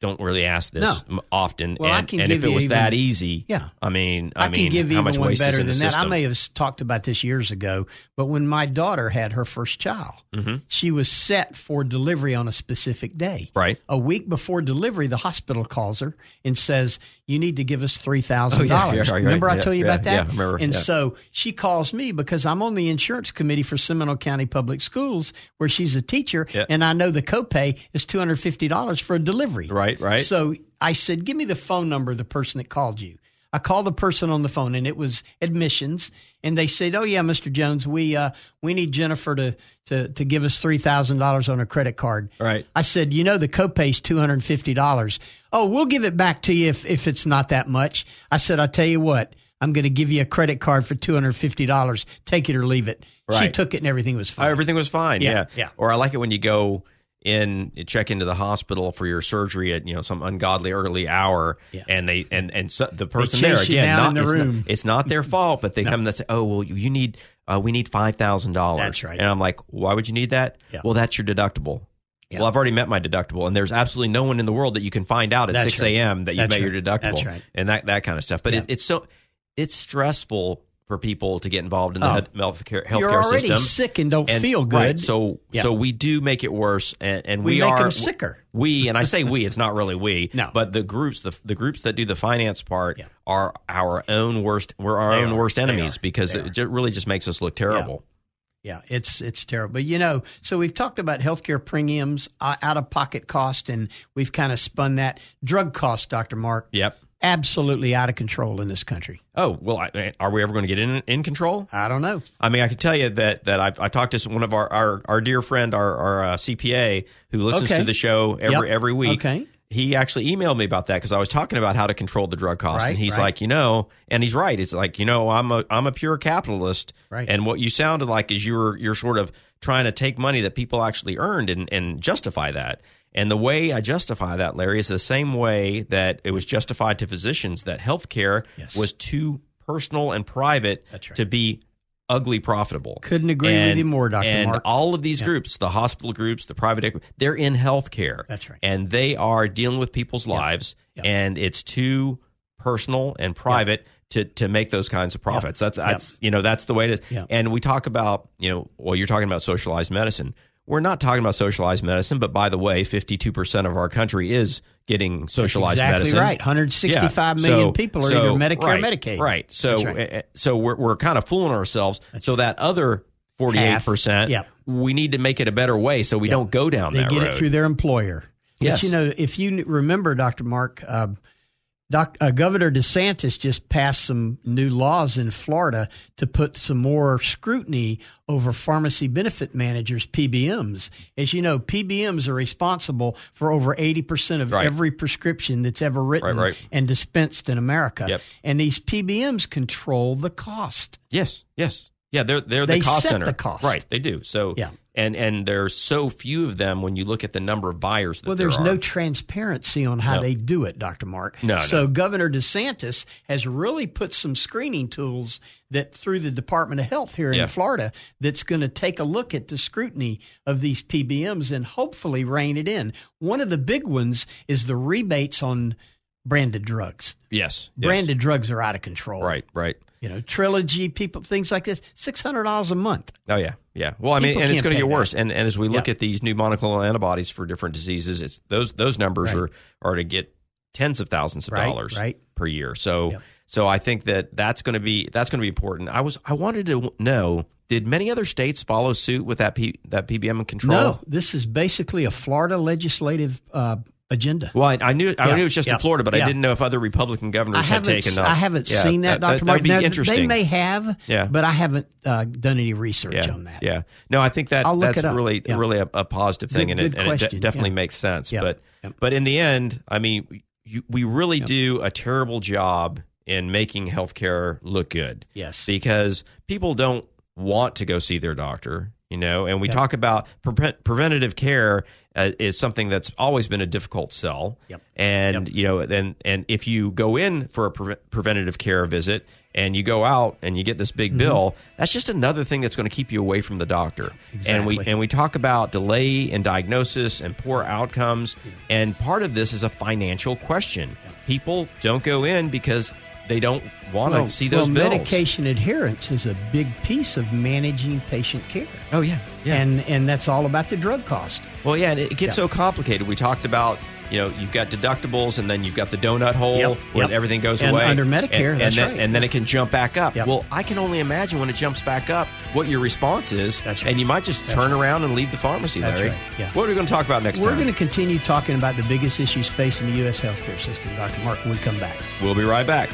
don't really ask this m often.
Well, I
and,
can
and
give
if it
you
was that
even-
easy,
Yeah.
I mean, I,
I,
mean,
can give
how
even
much
one
waste
better
is in
than
the
that.
system?
I may have s- talked about this years ago, but when my daughter had her first child, she was set for delivery on a specific day.
Mm-hmm. Right.
A week before delivery, the hospital calls her and says, "You need to give us three thousand
Oh, yeah, yeah,
dollars."
right,
Remember I
yeah,
told you
yeah,
about that?
yeah, I remember,
and
yeah.
so she calls me because I'm on the insurance committee for Seminole County Public Schools, where she's a teacher,
Yeah.
and I know the copay is two hundred fifty dollars for a delivery.
Right, right.
So I said, give me the phone number of the person that called you. I called the person on the phone and it was admissions. And they said, oh, yeah, Mr. Jones, we uh, we need Jennifer to, to, to give us $3,000 on her credit card.
Right.
I said, you know, the copay is $250. Oh, we'll give it back to you if, if it's not that much. I said, I'll tell you what, I'm going to give you a credit card for $250. Take it or leave it. She
Right.
took it and everything was
Oh,
fine.
everything was fine.
Yeah,
Yeah,
yeah.
Or I like it when you go in, you check into the hospital for your surgery at you know some ungodly early hour,
Yeah.
and they and and so, the person
chase
there
you
again,
down
not,
in the
it's,
room.
Not, it's not
<laughs>
their fault, but they come and they say, oh well, you, you need uh, we need five thousand dollars.
That's right.
And I'm like, why would you need that?
Yeah.
Well, that's your deductible.
Yeah.
Well, I've already met my deductible, and there's absolutely no one in the world that you can find out at
That's
six
right.
a.m. that you
That's
met your
right.
deductible,
That's right.
and that that kind of stuff. But it, it's so it's stressful for people to get involved in the
Oh.
health healthcare, healthcare
You're already
system
sick and don't
and-
feel good.
right, so
Yeah.
so we do make it worse, and, and
We
we,
make
are
'em sicker.
We and I say we, it's not really we,
<laughs> No.
but the groups the the groups that do the finance part
Yeah.
are our own worst. We're our
They
own
are.
worst
They
enemies
are.
because
They
it
are.
ju- really just makes us look terrible.
Yeah, it's it's terrible. But you know, so we've talked about healthcare premiums, uh, out of pocket cost, and we've kind of spun that drug cost, Doctor Mark.
Yep.
absolutely out of control in this country.
Oh well, I, are we ever going to get in in control?
I don't know.
I mean, I can tell you that that I've I talked to one of our our, our dear friend, our, our uh, CPA, who listens
Okay.
to the show every
Yep.
every week.
Okay.
He actually emailed me about that because I was talking about how to control the drug cost,
Right,
and he's
right.
like, you know, and he's right. It's like, you know, I'm a I'm a pure capitalist,
Right.
And what you sounded like is you were you're sort of trying to take money that people actually earned and and justify that. And the way I justify that, Larry, is the same way that it was justified to physicians that healthcare
Yes.
was too personal and private
That's right.
to be ugly profitable.
Couldn't agree with you more, Dr.
And
Mark.
all of these groups, the hospital groups, the private equity, they're in healthcare.
That's right.
And they are dealing with people's lives,
Yep.
and it's too personal and private. To, to make those kinds of profits that's that's you know that's the way it is
Yep.
and we talk about you know well you're talking about socialized medicine we're not talking about socialized medicine but by the way 52% of our country is getting socialized
exactly
medicine
right. 165 million
so-
people are
so-
either Medicare
right,
or Medicaid.
Right. So
That's right.
uh, so we're we're kind of fooling ourselves. So that other forty eight percent,
Yep.
we need to make it a better way so we don't go down
they
that
get
road.
it through their employer.
Yes.
But you know, if you n- remember, Dr. Mark, uh, Doc, uh, Governor DeSantis just passed some new laws in Florida to put some more scrutiny over pharmacy benefit managers, PBMs. As you know, PBMs are responsible for over 80% of
Right.
every prescription that's ever written
Right, right.
and dispensed in America.
Yep.
And these PBMs control the cost.
yes. Yes. Yeah. They're they're
They
the cost
set
center.
the cost.
Right. They do. So
Yeah.
And and there's so few of them when you look at the number of buyers. That
Well,
there
there's
are.
no transparency on how
No.
they do it, Dr. Mark.
No,
So Governor DeSantis has really put some screening tools that through the Department of Health here
Yeah.
in Florida that's going to take a look at the scrutiny of these PBMs and hopefully rein it in. One of the big ones is the rebates on branded drugs.
yes. yes.
Branded drugs are out of control.
Right. Right.
You know, trilogy people things like this, six hundred dollars a month.
Oh yeah, yeah. Well, I mean,
People
and it's
can't
going to get
pay that.
worse. And and as we look
Yeah.
at these new monoclonal antibodies for different diseases, it's those those numbers
Right.
are are to get tens of thousands of
Right,
dollars
right.
per year. So so I think that that's going to be that's going to be important. I was I wanted to know did many other states follow suit with that P, that PBM control?
No, this is basically a Florida legislative uh, agenda.
Well, I, I knew I
Yeah,
knew it was just
yeah,
in Florida, but I
yeah.
didn't know if other Republican governors
I
had
haven't,
taken. up.
I haven't
Yeah,
seen that, Dr. Mark.
That'd be
Now,
interesting.
They may have,
Yeah.
but I haven't uh, done any research
yeah,
on that.
yeah. No, I think that
I'll look
that's
it up.
really
Yeah.
really a, a positive thing,
Good-
and, it,
good
and it de-
question.
definitely
Yeah.
makes sense.
Yeah.
But
Yeah.
but in the end, I mean, you, we really do a terrible job in making healthcare look good.
Yes.
because people don't want to go see their doctor, you know. And we talk about pre- preventative care uh, is something that's always been a difficult sell.
Yep.
And you know, then and if you go in for a pre- preventative care visit and you go out and you get this big
Mm-hmm.
bill, that's just another thing that's going to keep you away from the doctor. And we
Exactly.
and we talk about delay in diagnosis and poor outcomes. And part of this is a financial question. People don't go in because they don't want to see those
well,
bills.
medication adherence is a big piece of managing patient care.
Oh yeah, yeah.
And and that's all about the drug cost.
well, yeah, and it gets so complicated. We talked about you know you've got deductibles, and then you've got the donut hole
Yep,
where
yep.
everything goes
And
away
under
and,
Medicare,
and
that's
then,
right.
and then it can jump back up.
Yep.
Well, I can only imagine when it jumps back up what your response is,
That's right.
and you might just turn around and leave the pharmacy,
That's
Larry.
right, yeah.
What are we going to talk about next
We're
time?
going to continue talking about the biggest issues facing the U.S. healthcare system, Dr. Mark, when we come back.
We'll be right back.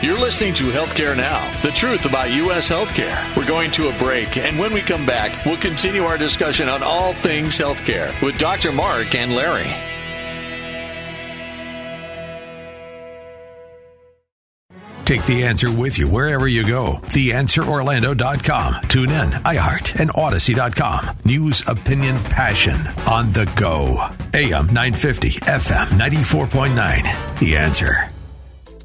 You're listening to Healthcare Now, the truth about U.S. healthcare. We're going to a break, and when we come back, we'll continue our discussion on all things healthcare with Dr. Mark and Larry.
Take the answer with you wherever you go. TheAnswerOrlando.com. Tune in, iHeart, and Odyssey.com. News, opinion, passion on the go. AM 950, FM 94.9. The answer.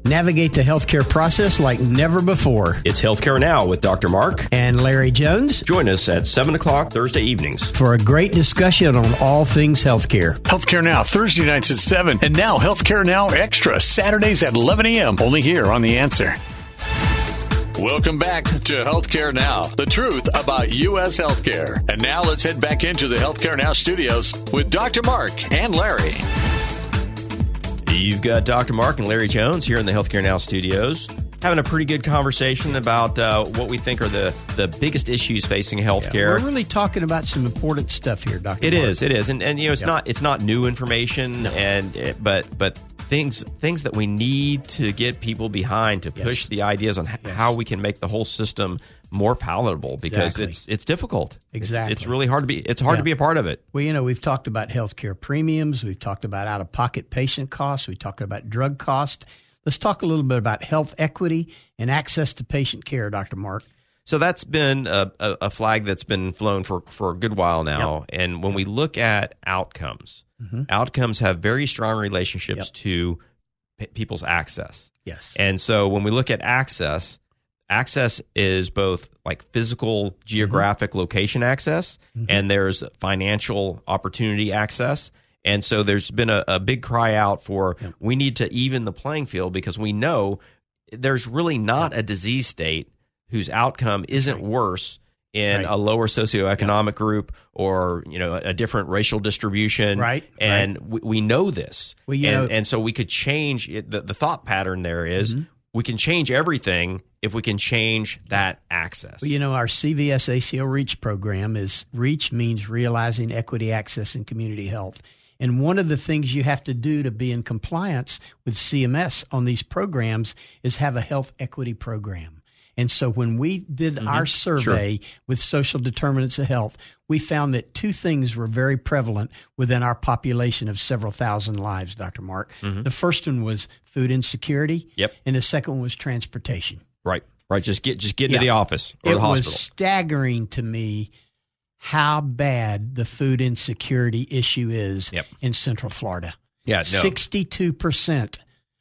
Navigate the healthcare process like never before.
It's Healthcare Now with Dr. Mark.
And Larry Jones
Join us at 7 o'clock Thursday evenings.
for a great discussion on all things healthcare.
Healthcare Now, Thursday nights at 7, and now Healthcare Now Extra, Saturdays at 11 a.m., only here on The Answer.
Welcome back to Healthcare Now, the truth about U.S. healthcare. And now let's head back into the Healthcare Now studios with Dr. Mark and Larry.
You've got Dr. Mark and Larry Jones here in the Healthcare Now studios, having a pretty good conversation about uh, what we think are the the biggest issues facing healthcare.
We're really talking about some important stuff here, Dr.
It
Mark.
is. It is. And and you know it's not it's not new information and it, but but things things that we need to get people behind to push the ideas on h- how we can make the whole system more palatable because
Exactly.
it's it's difficult. It's- It's,
Exactly.
really hard to be it's hard to
Yeah.
be a part of it.
Well, you know, we've talked about healthcare premiums, we've talked about out of pocket patient costs, we talked about drug cost. Let's talk a little bit about health equity and access to patient care, Dr. Mark.
So that's been a, a, a flag that's been flown for, for a good while now. And when we look at outcomes, outcomes have very strong relationships
Yep.
to p- people's access.
Yes.
And so when we look at access, access is both like physical, geographic location access,
Mm-hmm.
and there's financial opportunity access. And so there's been a, a big cry out for we need to even the playing field because we know there's really not a disease state whose outcome isn't worse in
Right.
a lower socioeconomic group or you know a, a different racial distribution
Right,
and We, we know this
Well, you
and,
know-
and so we could change it, the, the thought pattern there is,
Mm-hmm.
we can change everything if we can change that access.
Well, you know, our CVS ACO REACH program is REACH means realizing equity access in community health. And one of the things you have to do to be in compliance with CMS on these programs is have a health equity program. And so when we did our survey with social determinants of health, we found that two things were very prevalent within our population of several thousand lives, Dr. Mark. The first one was food insecurity.
Yep.
And the second one was transportation
right, right. Just get just get
Yeah.
into the office or
it
the hospital.
was staggering to me how bad the food insecurity issue is
Yep.
in Central Florida.
yeah, no.
Sixty-two percent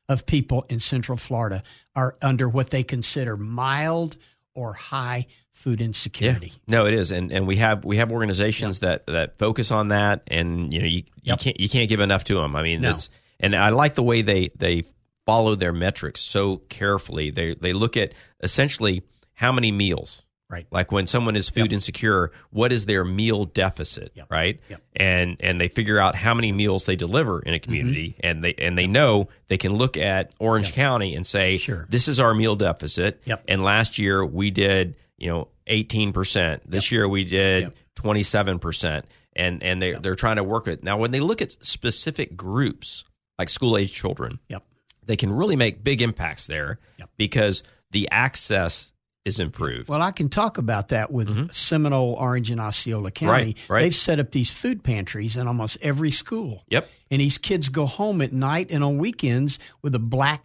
of people in Central Florida are under what they consider mild or high food insecurity.
No, it is, and and we have we have organizations that that focus on that, and you know you you can't you can't give enough to them. I mean,
No.
it's and I like the way they they follow their metrics so carefully. They they look at essentially how many meals.
Right.
Like when someone is food insecure, what is their meal deficit, right?
Yep. Mm-hmm.
And and they figure out how many meals they deliver in a community and they and they know they can look at Orange County and say
Sure.
this is our meal deficit
Yep.
and last year we did you know 18% this year we did 27% and and they they're trying to work it. Now, when they look at specific groups like school age children,
Yep.
they can really make big impacts there
Yep.
because the access is improved.
Well, I can talk about that with Seminole, Orange, and Osceola County.
Mm-hmm. Right, right.
They've set up these food pantries in almost every school.
yep,
And these kids go home at night and on weekends with a black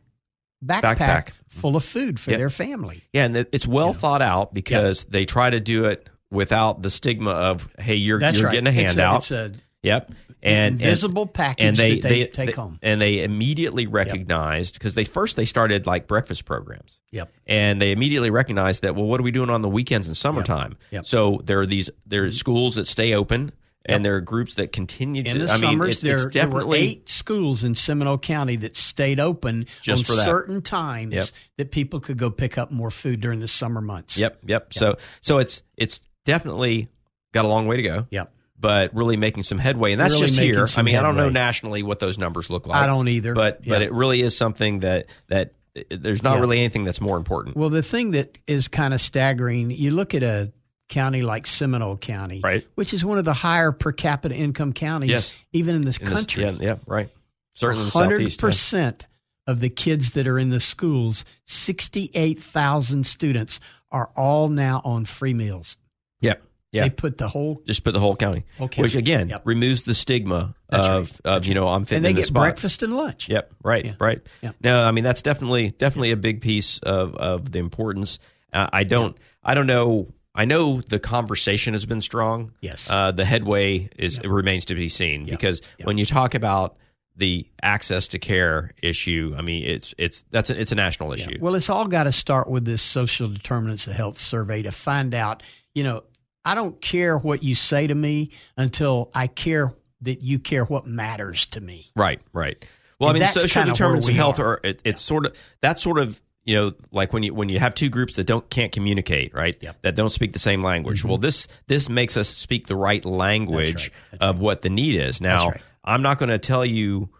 backpack,
Backpack.
full of food for
Yep.
their family.
yeah, and it- it's well thought out because they try to do it without the stigma of hey, you're
That's
you're
right.
getting a
It's
handout.
It's a,
yep, and and-
invisible package
and they,
that they, take home.
and they immediately recognized because they first they started like breakfast programs
Yep.
and they immediately recognized that well what are we doing on the weekends and summertime
Yep. Mm-hmm.
so there are these there are schools that stay open and there are groups that continue
In
to
the
i mean
summers,
it's,
there,
it's definitely
there were eight schools in Seminole County that stayed open
Just
on
for that.
certain times
Yep.
that people could go pick up more food during the summer months.
yep yep so so it's it's definitely got a long way to go
Yep.
but really making some headway and that's
Really
just
making
here i
some
mean i don't know
headway.
nationally what those numbers look like
I don't either.
but but
Yeah.
it really is something that that uh, there's not really anything that's more important
Well, the thing that is kind of staggering, you look at a county like Seminole County,
Right.
which is one of the higher per capita income counties,
Yes.
even in this
in this-
country.
yeah, yeah, right. Certainly in the southeast.
Hundred
yeah.
percent of the kids that are in the schools, sixty-eight thousand students, are all now on free meals.
Yeah, yeah.
They put the whole
Just put the whole county,
Whole county.
which again
Yep.
removes the stigma
That's
of of you know I'm fitting
and they
in the
get
spot.
breakfast and lunch.
Yep. Right.
Yeah.
Right.
Yeah.
No, I mean that's definitely definitely a big piece of of the importance. Uh, I don't I don't know. I know the conversation has been strong.
Yes.
Uh, the headway is it remains to be seen because when you talk about the access to care issue, I mean it's it's that's a, it's a national issue.
Well, it's all got to start with this social determinants of health survey to find out, you know, I don't care what you say to me until I care that you care what matters to me.
Right, right. Well, I
And
mean,
that's
social
kinda
determinants
where
of
we
health
are.
are, it, it's sort of that's sort of you know like when you when you have two groups that don't can't communicate, right?
Yep. Mm-hmm.
That don't speak the same language. Well, this this makes us speak the right language of what the need is. Now,
right.
I'm not going to tell you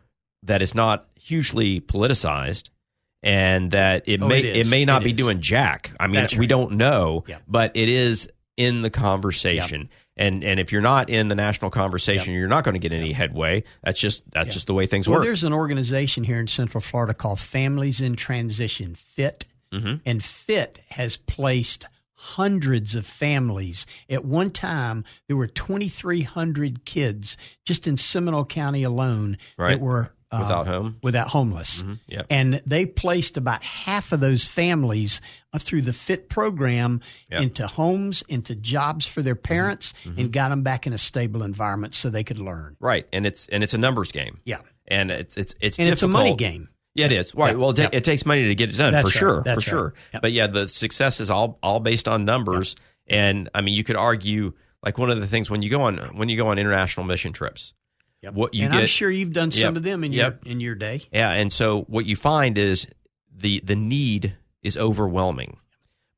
that it's not hugely politicized. And that it
Oh,
may
it
it,
is.
may not
It
be
is.
doing jack. I mean,
That's
we
right.
don't know,
Yep.
but it is in the conversation. And and if you're not in the national conversation, you're not going to get any headway. That's just that's just the way things
Well,
work.
there's an organization here in Central Florida called Families in Transition FIT,
Mm-hmm.
and FIT has placed hundreds of families. At one time, there were 2,300 kids just in Seminole County alone
Right.
that were uh,
Without home. Mm-hmm.
without homeless.
yep.
And they placed about half of those families uh, through the FIT program
Yep. Mm-hmm.
into homes, into jobs for their parents, and got them back in a stable environment so they could learn.
Right, and it's and it's a numbers game.
Yeah.
and it's it's it's
And
difficult.
it's a money game.
Yeah, it is. Right. Well, it, ta- it takes money to get it done
That's
for
right.
sure,
That's
for
right.
sure.
Yep.
But yeah, the success is all all based on numbers, and I mean, you could argue like one of the things when you go on when you go on international mission trips, what you
and
get.
I'm sure you've done some
Yep.
of them in
Yep.
your in your day.
Yeah, and so what you find is the the need is overwhelming.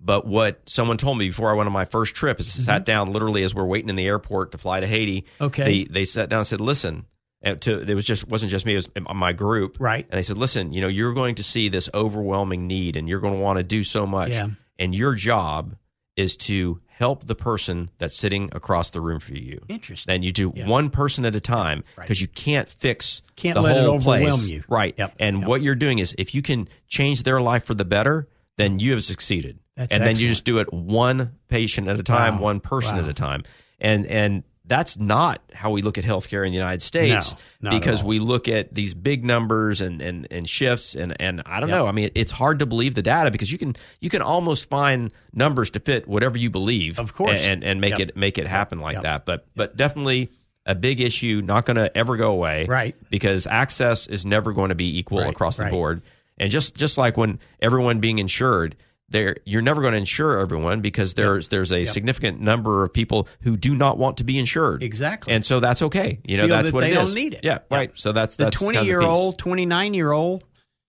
But what someone told me before I went on my first trip is sat down literally as we're waiting in the airport to fly to Haiti.
Mm-hmm. Okay.
they they sat down and said, "Listen." and To, it was just wasn't just me; it was my group,
Right.
And they said, "Listen, you know, you're going to see this overwhelming need, and you're going to want to do so much.
Yeah.
And your job is to help the person that's sitting across the room for you.
Interesting.
And you do one person at a time
Right.
because you can't fix
Can't
the
let it
whole
overwhelm
place.
you.
Right.
Yep.
And
Yep.
what you're doing is if you can change their life for the better, then you have succeeded.
That's
and then you just do it one patient at a time,
Wow.
one person
Wow.
at a time. And and that's not how we look at healthcare in the United States
not at
because
all.
we look at these big numbers and and, and shifts and, and I don't know. I mean it's hard to believe the data because you can you can almost find numbers to fit whatever you believe
Of course.
and, and make
Yep.
it make it happen like
Yep.
that. But but definitely a big issue, not gonna ever go away
Right.
because access is never going to be equal
Right,
across the
right.
board. And just just like when everyone being insured, there you're never going to insure everyone because there's there's a significant number of people who do not want to be insured.
Exactly.
And so that's okay. You know
Feel
that's
that
what
they
it
don't
is.
need it.
Yeah,
Yeah.
right. So that's
The
that's kind of
twenty year
piece.
old, twenty nine year old,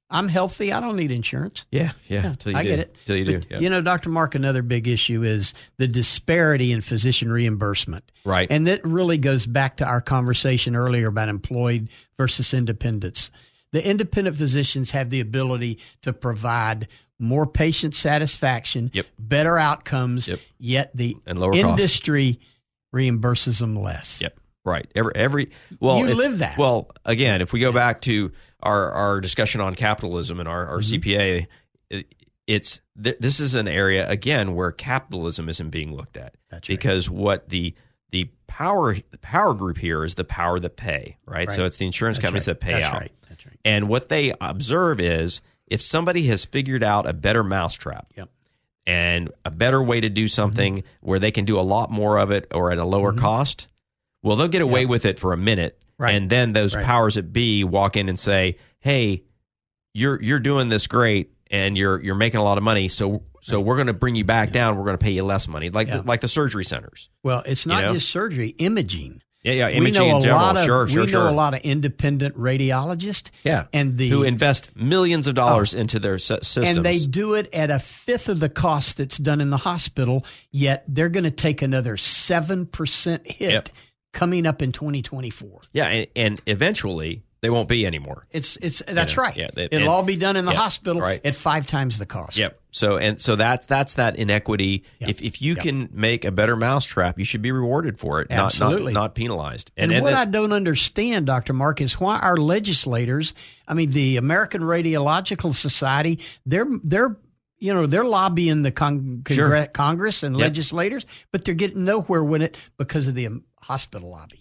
I'm healthy. I don't need insurance.
Yeah, yeah. Till you
I
do.
get it.
Till
<laughs>
you do.
But,
yeah.
You know, Dr. Mark, another big issue is the disparity in physician reimbursement.
Right.
And that really goes back to our conversation earlier about employed versus independents. The independent physicians have the ability to provide more patient satisfaction,
Yep.
better outcomes,
Yep.
yet the
And lower cost.
industry reimburses them less.
Yep. Right. Every every well,
You
it's-
live that.
Well, again, if we go back to our our discussion on capitalism and our, our
Mm-hmm.
CPA, it, it's th- this is an area again where capitalism isn't being looked at
That's right.
because what the the power the power group here is the power that pay right, so
Right.
it's the insurance
That's
companies that
right.
pay
That's
out
right. That's right.
and what they observe is if somebody has figured out a better mousetrap
Yep. Mm-hmm.
and a better way to do something where they can do a lot more of it or at a lower cost, well, they'll get away with it for a minute,
Right.
and then those
Right.
powers that be walk in and say, "Hey, you're you're doing this great, and you're you're making a lot of money, so so we're going to bring you back down. We're going to pay you less money, like
Yeah.
the, like the surgery centers.
Well, it's
You
not
know?
just surgery, imaging.
Yeah, yeah.
we
Imaging
know
in
a
general,
lot of
sure, sure,
we
sure.
know a lot of independent radiologists.
Yeah,
and the Oh.
who invest millions of dollars into their sy- systems.
and they do it at a fifth of the cost that's done in the hospital. Yet they're going to take another seven percent hit
Yep.
coming up in 2024.
Yeah, and, and eventually they won't be anymore.
It's it's that's
Yeah,
right.
yeah, they-
It'll
and-
all be done in the
yeah,
hospital
right.
at five times the cost.
Yep. So and so that's that's that inequity. If if you can make a better mousetrap, you should be rewarded for it, not-
Absolutely.
not not, penalized.
And, what
that-
I don't understand, Dr. Mark, is why our legislators, I mean, the American Radiological Society, they're, they're, you know, they're lobbying the con- congre-
Sure.
Congress and
Yep.
legislators, but they're getting nowhere with it because of the um, hospital lobby.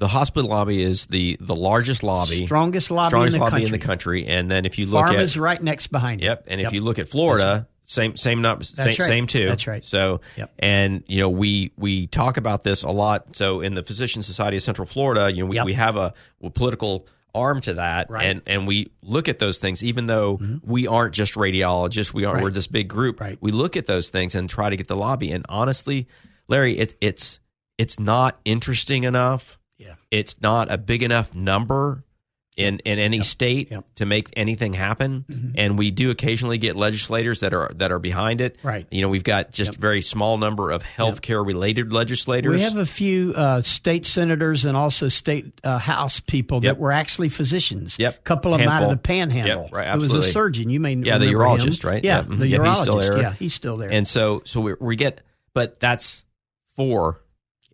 the hospital lobby is the the largest lobby,
Strongest lobby,
strongest
in, the
lobby
country.
in the country. And then if you look at
Pharma's right next behind it.
Yep. And if you look at Florida, same same not same,
That's right.
same two.
That's right.
So
Yep.
and you know we we talk about this a lot. So in the Physician Society of Central Florida, you know we,
Yep.
we have a, a political arm to that
Right. Mm-hmm.
and and we look at those things even though we aren't just radiologists we aren't we're
Right.
this big group
Right.
we look at those things and try to get the lobby and honestly larry it, it's it's not interesting enough
Yeah.
it's not a big enough number in, in any state
Yep. Mm-hmm.
to make anything happen. And we do occasionally get legislators that are that are behind it.
Right.
You know, we've got just a very small number of healthcare related legislators.
We have a few uh, state senators and also state uh, house people
Yep.
that were actually physicians.
Yep.
A couple of them out
Handful.
of the panhandle.
Yep, right,
It was a
absolutely.
surgeon. You may
Yeah, the
remember him.
urologist, right?
Yeah,
Yeah, mhm.
the
Yep,
urologist.
he's still there.
Yeah, he's still there.
and so so we, we get but that's four,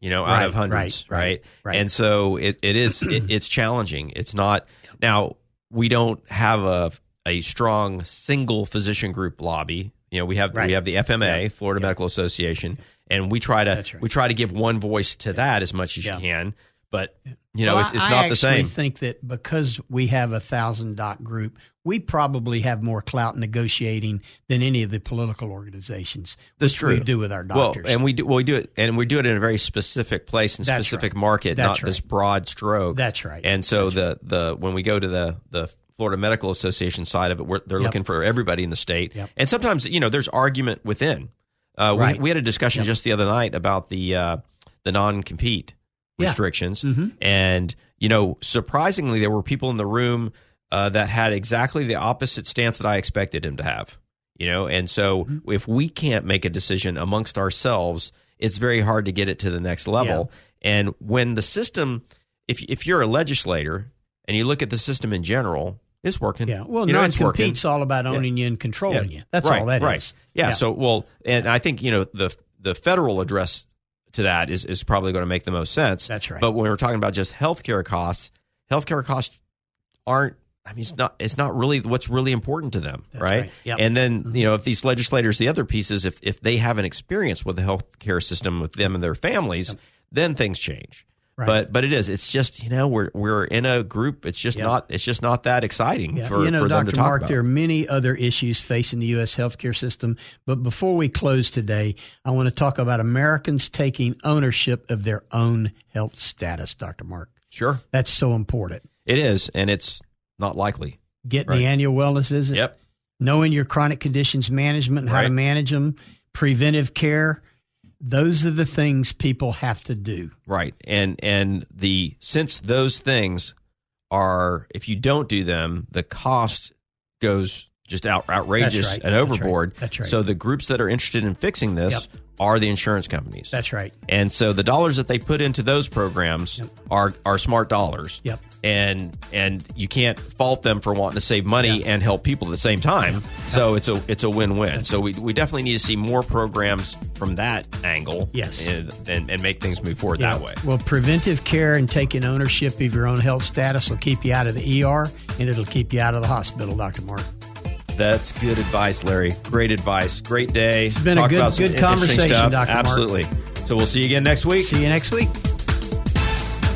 you know, out of
Right,
hundreds.
right,
Right.
right, right.
And so it, it is
<clears throat>
it, it's challenging. It's not now we don't have a a strong single physician group lobby. You know, we have
Right.
we have the FMA, Florida Medical Association, and we try to
That's right.
we try to give one voice to that as much as
Yeah.
you can. But you know,
Well,
it's, it's
I-
not
I
the
actually
same.
think that because we have a thousand doc group, we probably have more clout negotiating than any of the political organizations.
That's
which
true.
We do with our
Well,
doctors.
and we do well, we do it, and we do it in a very specific place and
That's
specific
right.
market,
That's
not this
right.
broad stroke.
That's right.
And so the the when we go to the the Florida Medical Association side of it, we're, they're
Yep.
looking for everybody in the state,
Yep.
and sometimes you know there's argument within. Uh, we,
Right.
we had a discussion just the other night about the uh, the non compete
Yeah. Mm-hmm.
restrictions, and you know surprisingly there were people in the room uh, that had exactly the opposite stance that I expected him to have you know and so
Mm-hmm.
if we can't make a decision amongst ourselves it's very hard to get it to the next level and when the system if if you're a legislator and you look at the system in general it's working
yeah. Well,
you know it's working
non-compete's all about owning you and controlling you. Oh, That's
right,
all that is.
right. Yeah, So well, and I think you know the the federal address to that is is probably going to make the most sense.
That's right.
But when we're talking about just healthcare costs, healthcare costs aren't. I mean, it's not. It's not really what's really important to them, right?
right. Yep. Mm-hmm.
And then you know, if these legislators, the other pieces, if if they have an experience with the healthcare system with them and their families, then things change.
Right.
But but it is. It's just you know we're we're in a group. It's just not. It's just not that exciting
Yeah,
for,
you know,
for them
Dr.
to talk
Mark,
about.
there are many other issues facing the U.S. healthcare system. But before we close today, I want to talk about Americans taking ownership of their own health status, Dr. Mark.
sure.
That's so important.
It is, and it's not likely.
Getting
Right.
the annual wellness visit.
Yep.
knowing your chronic conditions management and how to
Right.
manage them, preventive care. Those are the things people have to do.
Right. And and the since those things are if you don't do them, the cost goes just out, outrageous
right.
and
That's right.
overboard.
That's right.
So the groups that are interested in fixing this are the insurance companies.
That's right.
And so the dollars that they put into those programs are are smart dollars.
Yep.
And and you can't fault them for wanting to save money and help people at the same time. So it's a it's a win win. So we, we definitely need to see more programs from that angle.
Yes.
And and, and make things move forward that
Yeah.
way.
Well, preventive care and taking ownership of your own health status will keep you out of the ER and it'll keep you out of the hospital, Dr. Mark.
That's good advice, Larry. Great advice. Great day. It's
been a good- good conversation, Dr. Mark.
Absolutely. So we'll see you again next week.
See you next week.